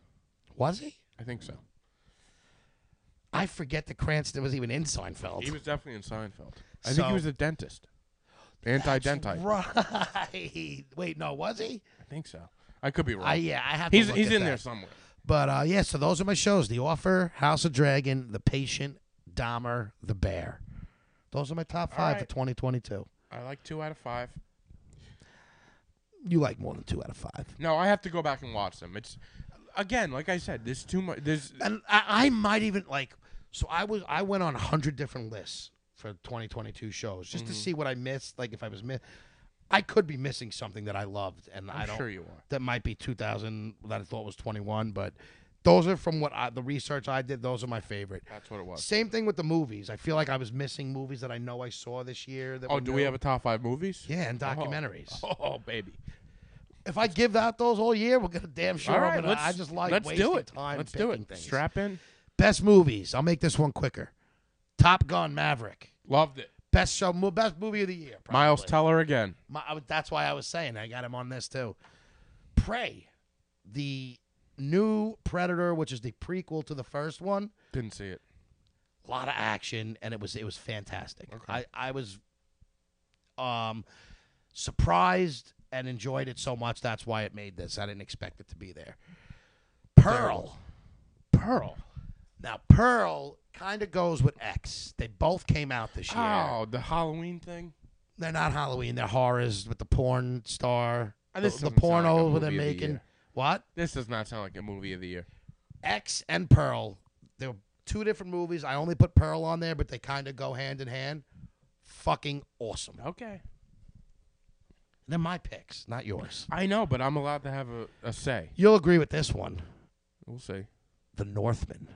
[SPEAKER 3] Was he?
[SPEAKER 2] I think so.
[SPEAKER 3] I forget that Cranston was even in Seinfeld.
[SPEAKER 2] He was definitely in Seinfeld. I
[SPEAKER 3] So-
[SPEAKER 2] think he was a dentist. Anti-dentite.
[SPEAKER 3] Right. Wait, no, was he?
[SPEAKER 2] I think so. I could be wrong.
[SPEAKER 3] I yeah, I have.
[SPEAKER 2] he's
[SPEAKER 3] to look
[SPEAKER 2] he's
[SPEAKER 3] at
[SPEAKER 2] in
[SPEAKER 3] that.
[SPEAKER 2] there somewhere.
[SPEAKER 3] But uh, yeah, so those are my shows: The Offer, House of Dragon, The Patient, Dahmer, The Bear. Those are my top five for
[SPEAKER 2] right.
[SPEAKER 3] 2022.
[SPEAKER 2] I like two out of five.
[SPEAKER 3] You like more than two out of five.
[SPEAKER 2] No, I have to go back and watch them. It's again, like I said, there's too much. There's
[SPEAKER 3] and I, I might even like so i was i went on 100 different lists for 2022 shows just
[SPEAKER 2] Mm-hmm.
[SPEAKER 3] to see what i missed like if i was miss i could be missing something that i loved and I'm i
[SPEAKER 2] I'm
[SPEAKER 3] do not
[SPEAKER 2] sure you are.
[SPEAKER 3] that might be 2000 that i thought was 21 but those are from what I, the research i did those are my favorite
[SPEAKER 2] That's what it was.
[SPEAKER 3] same thing with the movies i feel like i was missing movies that i know i saw this year that
[SPEAKER 2] Oh, do we
[SPEAKER 3] new.
[SPEAKER 2] have a top five movies?
[SPEAKER 3] yeah and documentaries
[SPEAKER 2] Oh, oh, baby.
[SPEAKER 3] if i give out those all year we're gonna damn sure
[SPEAKER 2] All
[SPEAKER 3] I'm
[SPEAKER 2] right,
[SPEAKER 3] gonna-
[SPEAKER 2] let's,
[SPEAKER 3] i just like
[SPEAKER 2] let's
[SPEAKER 3] wasting
[SPEAKER 2] do it.
[SPEAKER 3] time
[SPEAKER 2] let's do
[SPEAKER 3] picking
[SPEAKER 2] it.
[SPEAKER 3] things.
[SPEAKER 2] Strap in.
[SPEAKER 3] Best movies. I'll make this one quicker. Top Gun Maverick.
[SPEAKER 2] Loved it.
[SPEAKER 3] Best show, mo- best movie of the year. probably.
[SPEAKER 2] Miles Teller again.
[SPEAKER 3] My- I was- that's why I was saying I got him on this too. Prey, the new Predator, which is the prequel to the first one.
[SPEAKER 2] Didn't see it.
[SPEAKER 3] A lot of action, and it was it was fantastic.
[SPEAKER 2] Okay.
[SPEAKER 3] I I was um surprised and enjoyed it so much. That's why it made this. I didn't expect it to be there. Pearl. Pearl. Now, Pearl kind of goes with X. They both came out this year.
[SPEAKER 2] Oh, the Halloween thing.
[SPEAKER 3] They're not Halloween. They're horrors with the porn star.
[SPEAKER 2] Uh,
[SPEAKER 3] The,
[SPEAKER 2] this
[SPEAKER 3] the
[SPEAKER 2] doesn't sound like a
[SPEAKER 3] porno
[SPEAKER 2] movie
[SPEAKER 3] they're
[SPEAKER 2] of the
[SPEAKER 3] making.
[SPEAKER 2] year.
[SPEAKER 3] what?
[SPEAKER 2] This does not sound like a movie of the year.
[SPEAKER 3] X and Pearl. They're two different movies. I only put Pearl on there, but they kind of go hand in hand. Fucking awesome.
[SPEAKER 2] Okay.
[SPEAKER 3] They're my picks, not yours.
[SPEAKER 2] I know, but I'm allowed to have a, a say.
[SPEAKER 3] You'll agree with this one.
[SPEAKER 2] We'll see.
[SPEAKER 3] The Northman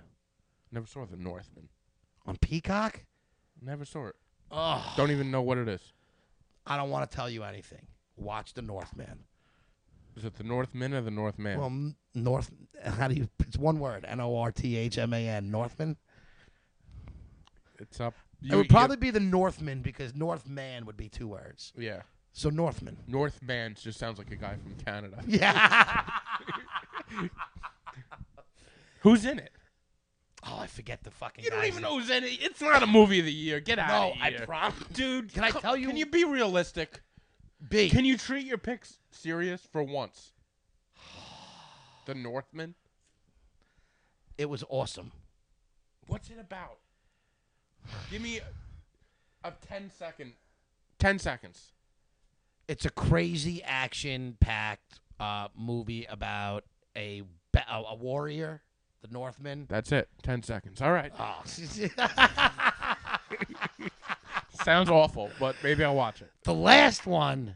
[SPEAKER 2] Never saw The Northman.
[SPEAKER 3] on Peacock.
[SPEAKER 2] Never saw it.
[SPEAKER 3] Ugh.
[SPEAKER 2] Don't even know what it is.
[SPEAKER 3] I don't want to tell you anything. Watch The Northman.
[SPEAKER 2] Is it The Northman or The Northman?
[SPEAKER 3] Well, m- North. How do you? It's one word. N o r t h m a n. Northman.
[SPEAKER 2] it's up.
[SPEAKER 3] it would probably be the Northman because Northman would be two words.
[SPEAKER 2] yeah.
[SPEAKER 3] So Northman.
[SPEAKER 2] Northman just sounds like a guy from Canada.
[SPEAKER 3] Yeah.
[SPEAKER 2] Who's in it?
[SPEAKER 3] oh, I forget the fucking.
[SPEAKER 2] You don't
[SPEAKER 3] guy's
[SPEAKER 2] even
[SPEAKER 3] name.
[SPEAKER 2] know who's in it. It's not a movie of the year. Get out
[SPEAKER 3] No,
[SPEAKER 2] of
[SPEAKER 3] I
[SPEAKER 2] here.
[SPEAKER 3] promise.
[SPEAKER 2] Dude,
[SPEAKER 3] Can I
[SPEAKER 2] co-
[SPEAKER 3] tell you-
[SPEAKER 2] Can you be realistic?
[SPEAKER 3] B.
[SPEAKER 2] Can you treat your picks serious for once? The Northman?
[SPEAKER 3] it was awesome.
[SPEAKER 2] What's it about? Give me a, a 10 second. 10 seconds.
[SPEAKER 3] It's a crazy action-packed uh, movie about a ba- a a warrior, the Northman.
[SPEAKER 2] That's it. 10 seconds. All right.
[SPEAKER 3] Oh.
[SPEAKER 2] Sounds awful, but maybe I'll watch it.
[SPEAKER 3] the last one,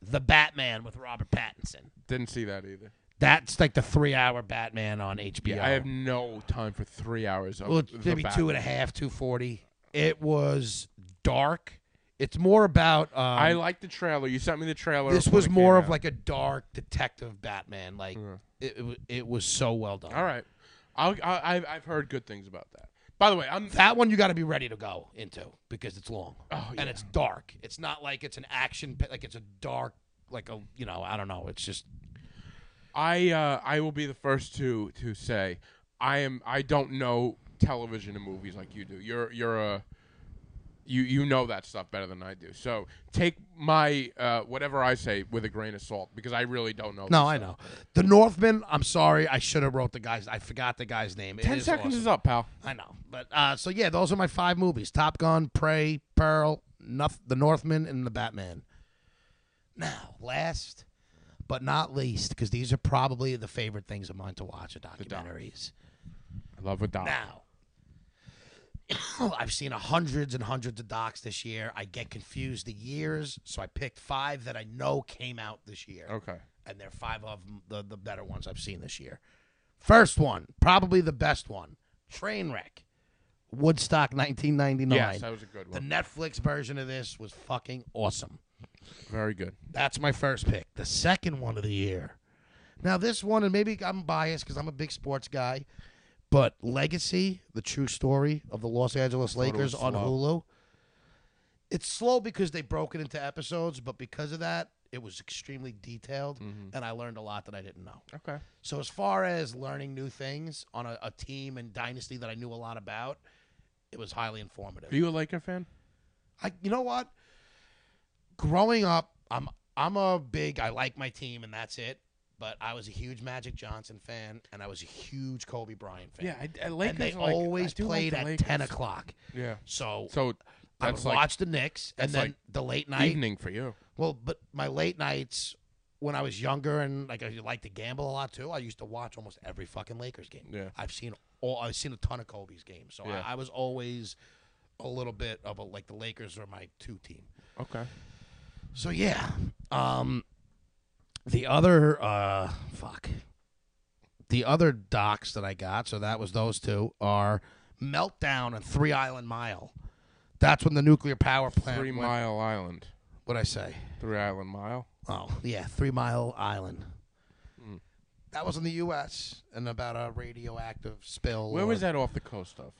[SPEAKER 3] the Batman with Robert Pattinson.
[SPEAKER 2] Didn't see that either.
[SPEAKER 3] That's like the three-hour Batman on HBO.
[SPEAKER 2] I have no time for three hours of
[SPEAKER 3] well, it's
[SPEAKER 2] the
[SPEAKER 3] maybe
[SPEAKER 2] bat-
[SPEAKER 3] two and a half, two forty. It was dark. It's more about. Um,
[SPEAKER 2] I like the trailer. You sent me the trailer.
[SPEAKER 3] this
[SPEAKER 2] when
[SPEAKER 3] was
[SPEAKER 2] it
[SPEAKER 3] more
[SPEAKER 2] came
[SPEAKER 3] of
[SPEAKER 2] out. Mm.
[SPEAKER 3] like a dark detective Batman. Like it, it, wa- it was so well done.
[SPEAKER 2] All right. I'll, I, I've, I've heard good things about that. By the way, I'm.
[SPEAKER 3] That one you got to be ready to go into because it's long
[SPEAKER 2] Oh, yeah.
[SPEAKER 3] and it's dark. It's not like it's an action pi- like it's a dark like a you know I don't know. It's just
[SPEAKER 2] I uh, I will be the first to to say I am I don't know television and movies like you do. You're you're a you you know that stuff better than I do. So take my uh, whatever I say with a grain of salt because I really don't know.
[SPEAKER 3] no,
[SPEAKER 2] this
[SPEAKER 3] I
[SPEAKER 2] stuff.
[SPEAKER 3] know the Northman. I'm sorry, I should have wrote the guy's. I forgot the guy's name. It
[SPEAKER 2] Ten seconds is up, pal.
[SPEAKER 3] I know, but uh, so yeah, those are my five movies: Top Gun, Prey, Pearl, Noth- The Northman, and The Batman. Now, last but not least, because these are probably the favorite things of mine to watch are documentaries.
[SPEAKER 2] I love a dog.
[SPEAKER 3] Now, I've seen hundreds and hundreds of docs this year. I get confused the years, so I picked five that I know came out this year
[SPEAKER 2] Okay.
[SPEAKER 3] and they're five of 'em- the the better ones I've seen this year. First one, probably the best one, Trainwreck, Woodstock, nineteen ninety
[SPEAKER 2] Yes,
[SPEAKER 3] nine.
[SPEAKER 2] that was a good
[SPEAKER 3] the
[SPEAKER 2] one.
[SPEAKER 3] Netflix version of this was fucking awesome.
[SPEAKER 2] Very good.
[SPEAKER 3] That's my first pick. The second one of the year. Now this one, and maybe I'm biased because I'm a big sports guy, but Legacy, the true story of the Los Angeles
[SPEAKER 2] it was
[SPEAKER 3] Lakers on
[SPEAKER 2] slow.
[SPEAKER 3] Hulu. It's slow because they broke it into episodes, but because of that, it was extremely detailed,
[SPEAKER 2] Mm-hmm.
[SPEAKER 3] and I learned a lot that I didn't know.
[SPEAKER 2] Okay.
[SPEAKER 3] So as far as learning new things on a, a team and dynasty that I knew a lot about, it was highly informative.
[SPEAKER 2] Are you a Laker fan?
[SPEAKER 3] I, you know what? Growing up, I'm I'm a big I like my team and that's it. But I was a huge Magic Johnson fan and I was a huge Kobe Bryant fan.
[SPEAKER 2] Yeah, I, I
[SPEAKER 3] and
[SPEAKER 2] Lakers
[SPEAKER 3] they
[SPEAKER 2] are like, I
[SPEAKER 3] always
[SPEAKER 2] do like
[SPEAKER 3] played
[SPEAKER 2] the
[SPEAKER 3] at
[SPEAKER 2] Lakers.
[SPEAKER 3] ten o'clock.
[SPEAKER 2] Yeah.
[SPEAKER 3] So,
[SPEAKER 2] So
[SPEAKER 3] I would
[SPEAKER 2] that's like
[SPEAKER 3] watch the Knicks and
[SPEAKER 2] that's
[SPEAKER 3] then
[SPEAKER 2] like
[SPEAKER 3] the late night.
[SPEAKER 2] evening for you.
[SPEAKER 3] Well, but my late nights when I was younger and like I liked to gamble a lot too, I used to watch almost every fucking Lakers game.
[SPEAKER 2] Yeah.
[SPEAKER 3] I've seen all I've seen a ton of Kobe's games. So
[SPEAKER 2] Yeah.
[SPEAKER 3] I, I was always a little bit of a like the Lakers are my two team.
[SPEAKER 2] Okay.
[SPEAKER 3] So yeah. Um the other uh fuck. The other docs that I got, so that was those two, are Meltdown and Three Island Mile. That's when the nuclear power plant
[SPEAKER 2] Three
[SPEAKER 3] went-
[SPEAKER 2] Mile Island.
[SPEAKER 3] what'd I say?
[SPEAKER 2] Three Island Mile.
[SPEAKER 3] Oh yeah, Three Mile Island.
[SPEAKER 2] Hmm.
[SPEAKER 3] That was in the U.S. and about a radioactive spill.
[SPEAKER 2] Where
[SPEAKER 3] or-
[SPEAKER 2] was that off the coast of?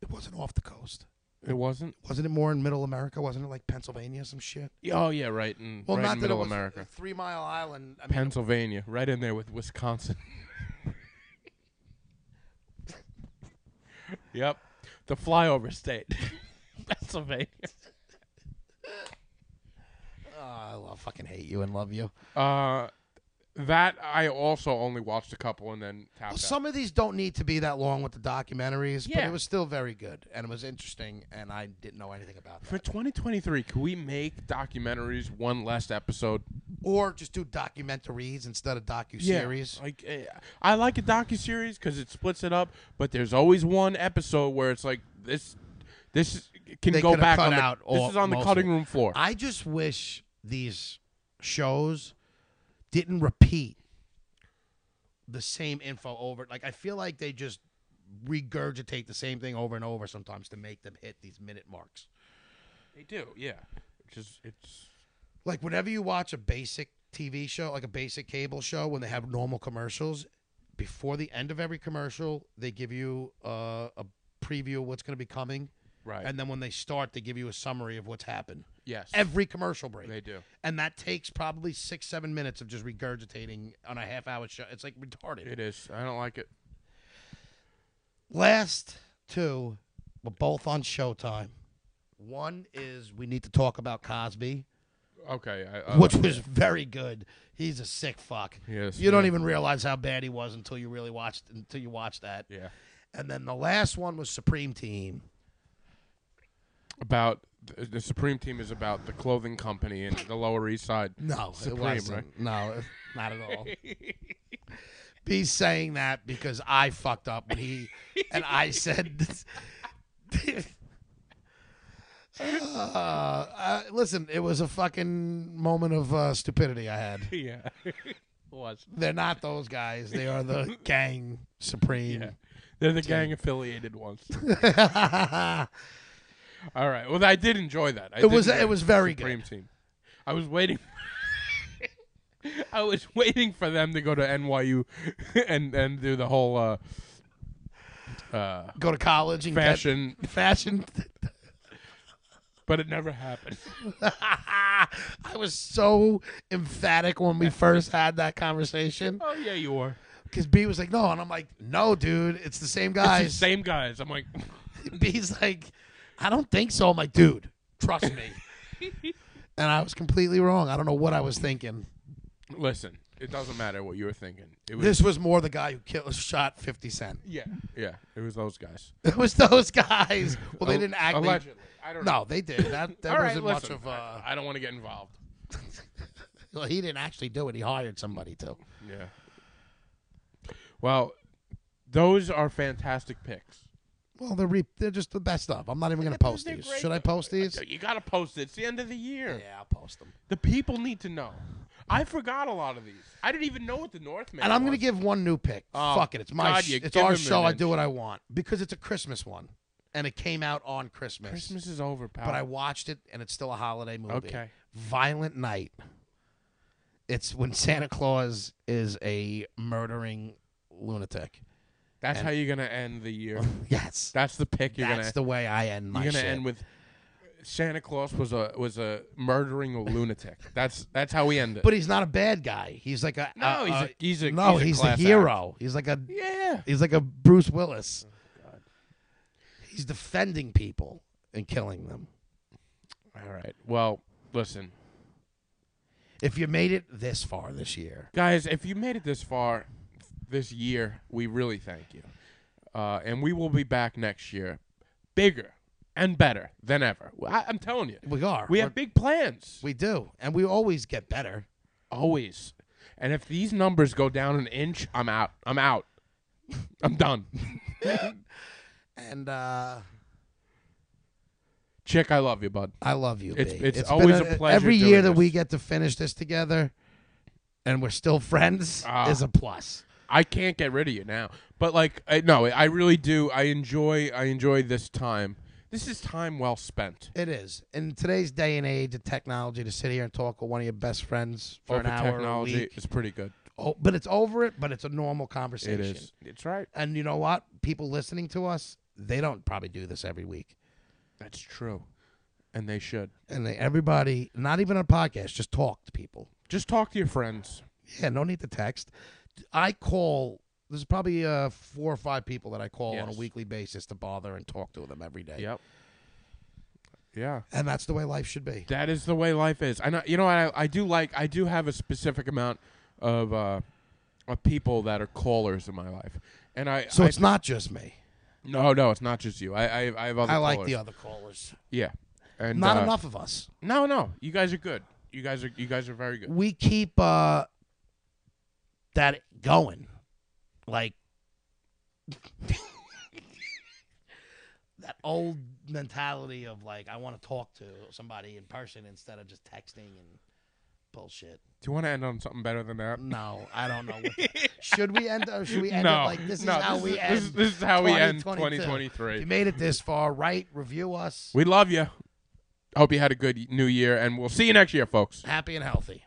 [SPEAKER 3] It wasn't off the coast.
[SPEAKER 2] It wasn't.
[SPEAKER 3] Wasn't it more in Middle America? Wasn't it like Pennsylvania, or some shit?
[SPEAKER 2] Oh yeah, right in
[SPEAKER 3] Well,
[SPEAKER 2] right
[SPEAKER 3] not
[SPEAKER 2] in
[SPEAKER 3] that it
[SPEAKER 2] Middle
[SPEAKER 3] was
[SPEAKER 2] America,
[SPEAKER 3] Three Mile Island. I mean,
[SPEAKER 2] Pennsylvania, right in there with Wisconsin. yep, the flyover state, Pennsylvania.
[SPEAKER 3] oh, I love, fucking hate you and love you.
[SPEAKER 2] Uh, that I also only watched a couple and then tapped
[SPEAKER 3] Well,
[SPEAKER 2] out.
[SPEAKER 3] some of these don't need to be that long with the documentaries, but
[SPEAKER 2] Yeah.
[SPEAKER 3] it was still very good and it was interesting, and I didn't know anything about that.
[SPEAKER 2] For 2023, can we make documentaries one last episode?
[SPEAKER 3] or just do documentaries instead of docu series.
[SPEAKER 2] like eh, I like a docu series because it splits it up, but there's always one episode where it's like this. This is- can
[SPEAKER 3] They
[SPEAKER 2] go
[SPEAKER 3] coulda
[SPEAKER 2] back
[SPEAKER 3] cut
[SPEAKER 2] on the,
[SPEAKER 3] out all-
[SPEAKER 2] this is on the
[SPEAKER 3] most of
[SPEAKER 2] cutting
[SPEAKER 3] it.
[SPEAKER 2] room floor.
[SPEAKER 3] I just wish these shows didn't repeat the same info over. Like I feel like they just regurgitate the same thing over and over sometimes to make them hit these minute marks.
[SPEAKER 2] They do, yeah. Which is it's
[SPEAKER 3] Like whenever you watch a basic TV show, like a basic cable show, when they have normal commercials, before the end of every commercial, they give you uh, a preview of what's going to be coming,
[SPEAKER 2] right.
[SPEAKER 3] and then when they start, they give you a summary of what's happened.
[SPEAKER 2] yes,
[SPEAKER 3] Every commercial break,
[SPEAKER 2] they do.
[SPEAKER 3] and that takes probably six seven minutes of just regurgitating on a half hour show it's like retarded
[SPEAKER 2] It is. I don't like it.
[SPEAKER 3] last two were both on showtime one is we need to talk about cosby
[SPEAKER 2] Okay, I, I
[SPEAKER 3] which was very good he's a sick fuck
[SPEAKER 2] Yes,
[SPEAKER 3] you don't
[SPEAKER 2] yeah.
[SPEAKER 3] even realize how bad he was until you really watched until you watched that
[SPEAKER 2] yeah
[SPEAKER 3] and then the last one was supreme team
[SPEAKER 2] about the, the Supreme Team is about the clothing company in the Lower East Side.
[SPEAKER 3] No,
[SPEAKER 2] Supreme,
[SPEAKER 3] it wasn't. No, not at all. He's saying that because I fucked up when he and I said. this- Uh, uh, listen, it was a fucking moment of uh, stupidity I had.
[SPEAKER 2] Yeah, was
[SPEAKER 3] They're not those guys. They are the gang supreme.
[SPEAKER 2] they're the gang affiliated ones. All right. Well, I did enjoy that. I
[SPEAKER 3] It
[SPEAKER 2] did
[SPEAKER 3] was-
[SPEAKER 2] enjoy
[SPEAKER 3] it was very
[SPEAKER 2] Supreme
[SPEAKER 3] good.
[SPEAKER 2] Team. I was waiting. I was waiting for them to go to NYU and and do the whole uh, uh,
[SPEAKER 3] Go to college and
[SPEAKER 2] fashion,
[SPEAKER 3] get fashion.
[SPEAKER 2] but it never happened.
[SPEAKER 3] Ah, I was so emphatic when we first had that conversation
[SPEAKER 2] Oh yeah, you are.
[SPEAKER 3] because B was like, "No," and I'm like, "No, dude, it's the same
[SPEAKER 2] It's the
[SPEAKER 3] guys."
[SPEAKER 2] same guys. I'm like,
[SPEAKER 3] B's like, "I don't think so." I'm like, "Dude, trust me." and I was completely wrong. I don't know what I was thinking.
[SPEAKER 2] listen, it doesn't matter what you were thinking. It was
[SPEAKER 3] This was more the guy who killed, shot Fifty Cent.
[SPEAKER 2] yeah, yeah. It was those guys.
[SPEAKER 3] It was those guys. Well, they didn't act. They,
[SPEAKER 2] Allegedly, I don't know.
[SPEAKER 3] no, they did. That that
[SPEAKER 2] All right,
[SPEAKER 3] wasn't much
[SPEAKER 2] listen,
[SPEAKER 3] of. Uh,
[SPEAKER 2] I don't want to get involved.
[SPEAKER 3] well, he didn't actually do it. He hired somebody to.
[SPEAKER 2] Yeah. Well, those are fantastic picks.
[SPEAKER 3] Well, they're re- they're just the best of. I'm not even going to post
[SPEAKER 2] they're
[SPEAKER 3] these.
[SPEAKER 2] great,
[SPEAKER 3] Should I
[SPEAKER 2] though.
[SPEAKER 3] post these?
[SPEAKER 2] You gotta post it. It's the end of the year.
[SPEAKER 3] Yeah, I'll post them.
[SPEAKER 2] The people need to know. I forgot a lot of these. I didn't even know what the Northman.
[SPEAKER 3] And I'm going
[SPEAKER 2] was.
[SPEAKER 3] to give one new pick.
[SPEAKER 2] Oh,
[SPEAKER 3] Fuck it. It's my.
[SPEAKER 2] God,
[SPEAKER 3] sh-
[SPEAKER 2] you
[SPEAKER 3] it's
[SPEAKER 2] give
[SPEAKER 3] our
[SPEAKER 2] him
[SPEAKER 3] show.
[SPEAKER 2] an
[SPEAKER 3] I
[SPEAKER 2] inch.
[SPEAKER 3] do what I want because it's a Christmas one, and it came out on Christmas.
[SPEAKER 2] Christmas is over, pal.
[SPEAKER 3] But I watched it, and it's still a holiday movie.
[SPEAKER 2] Okay.
[SPEAKER 3] Violent Night. It's when Santa Claus is a murdering lunatic.
[SPEAKER 2] That's how you're gonna end the year.
[SPEAKER 3] Yes.
[SPEAKER 2] That's the pick you're gonna.
[SPEAKER 3] That's the way I end my
[SPEAKER 2] you're gonna
[SPEAKER 3] shit.
[SPEAKER 2] end with Santa Claus was a was a murdering lunatic. That's that's how we end it.
[SPEAKER 3] but he's not a bad guy. He's like a
[SPEAKER 2] No,
[SPEAKER 3] a-
[SPEAKER 2] he's a-
[SPEAKER 3] a-
[SPEAKER 2] he's a-
[SPEAKER 3] no,
[SPEAKER 2] he's a
[SPEAKER 3] he's
[SPEAKER 2] class act.
[SPEAKER 3] hero. He's like a
[SPEAKER 2] yeah,
[SPEAKER 3] he's like a Bruce Willis.
[SPEAKER 2] Oh,
[SPEAKER 3] He's defending people and killing them.
[SPEAKER 2] All right. Well, listen,
[SPEAKER 3] If you made it this far this year,
[SPEAKER 2] guys, if you made it this far this year, we really thank you. Uh, and we will be back next year bigger and better than ever. I, I'm telling you.
[SPEAKER 3] we are.
[SPEAKER 2] We have
[SPEAKER 3] We're-
[SPEAKER 2] big plans.
[SPEAKER 3] we do, and we always get better.
[SPEAKER 2] Always. And if these numbers go down an inch, I'm out. I'm out. I'm done.
[SPEAKER 3] And uh,
[SPEAKER 2] Chick, I love you, bud.
[SPEAKER 3] I love you.
[SPEAKER 2] It's-
[SPEAKER 3] B.
[SPEAKER 2] it's
[SPEAKER 3] been
[SPEAKER 2] always a pleasure
[SPEAKER 3] Every
[SPEAKER 2] doing
[SPEAKER 3] year that
[SPEAKER 2] this.
[SPEAKER 3] we get to finish this together, and we're still friends,
[SPEAKER 2] Ah.
[SPEAKER 3] is a plus.
[SPEAKER 2] I can't get rid of you now. But like, I, no, I really do. I enjoy. I enjoy this time. This is time well spent.
[SPEAKER 3] It is. In today's day and age of technology, to sit here and talk with one of your best friends for
[SPEAKER 2] Over
[SPEAKER 3] an hour a
[SPEAKER 2] Oh, technology
[SPEAKER 3] week,
[SPEAKER 2] is pretty good.
[SPEAKER 3] oh, but it's over it. But it's a normal
[SPEAKER 2] It
[SPEAKER 3] conversation.
[SPEAKER 2] is. It's right.
[SPEAKER 3] And you know what? People listening to us, they don't probably do this every week.
[SPEAKER 2] That's true. And they should.
[SPEAKER 3] And they, everybody, not even on podcast, just talk to people.
[SPEAKER 2] Just talk to your friends.
[SPEAKER 3] Yeah, no need to text. I call. There's probably uh, four or five people that I call on a
[SPEAKER 2] Yes.
[SPEAKER 3] weekly basis to bother and talk to them every day.
[SPEAKER 2] Yep. Yeah.
[SPEAKER 3] And that's the way life should be.
[SPEAKER 2] That is the way life is. And I, you know, I, I do like, I do have a specific amount of, uh, of people that are callers in my life. And I,
[SPEAKER 3] So
[SPEAKER 2] I-
[SPEAKER 3] it's not just me.
[SPEAKER 2] no, no, it's not just you. I, I, I have other
[SPEAKER 3] I like
[SPEAKER 2] callers.
[SPEAKER 3] the other callers.
[SPEAKER 2] Yeah. And,
[SPEAKER 3] Not
[SPEAKER 2] uh,
[SPEAKER 3] enough of us.
[SPEAKER 2] No, no. You guys are good. You guys are, you guys are very good.
[SPEAKER 3] We keep uh, that going. Like that old mentality of like I want to talk to somebody in person instead of just texting and bullshit.
[SPEAKER 2] Do you want to end on something better than that?
[SPEAKER 3] No, I don't know. What the- should we end? Or should we end
[SPEAKER 2] no.
[SPEAKER 3] it like this is
[SPEAKER 2] no,
[SPEAKER 3] how
[SPEAKER 2] this
[SPEAKER 3] we
[SPEAKER 2] is,
[SPEAKER 3] end?
[SPEAKER 2] This is, this is how we end
[SPEAKER 3] 2022.
[SPEAKER 2] 2023.
[SPEAKER 3] If you made it this far, right? Review us.
[SPEAKER 2] We love you. Hope you had a good new year, and we'll see you next year, folks.
[SPEAKER 3] Happy and healthy.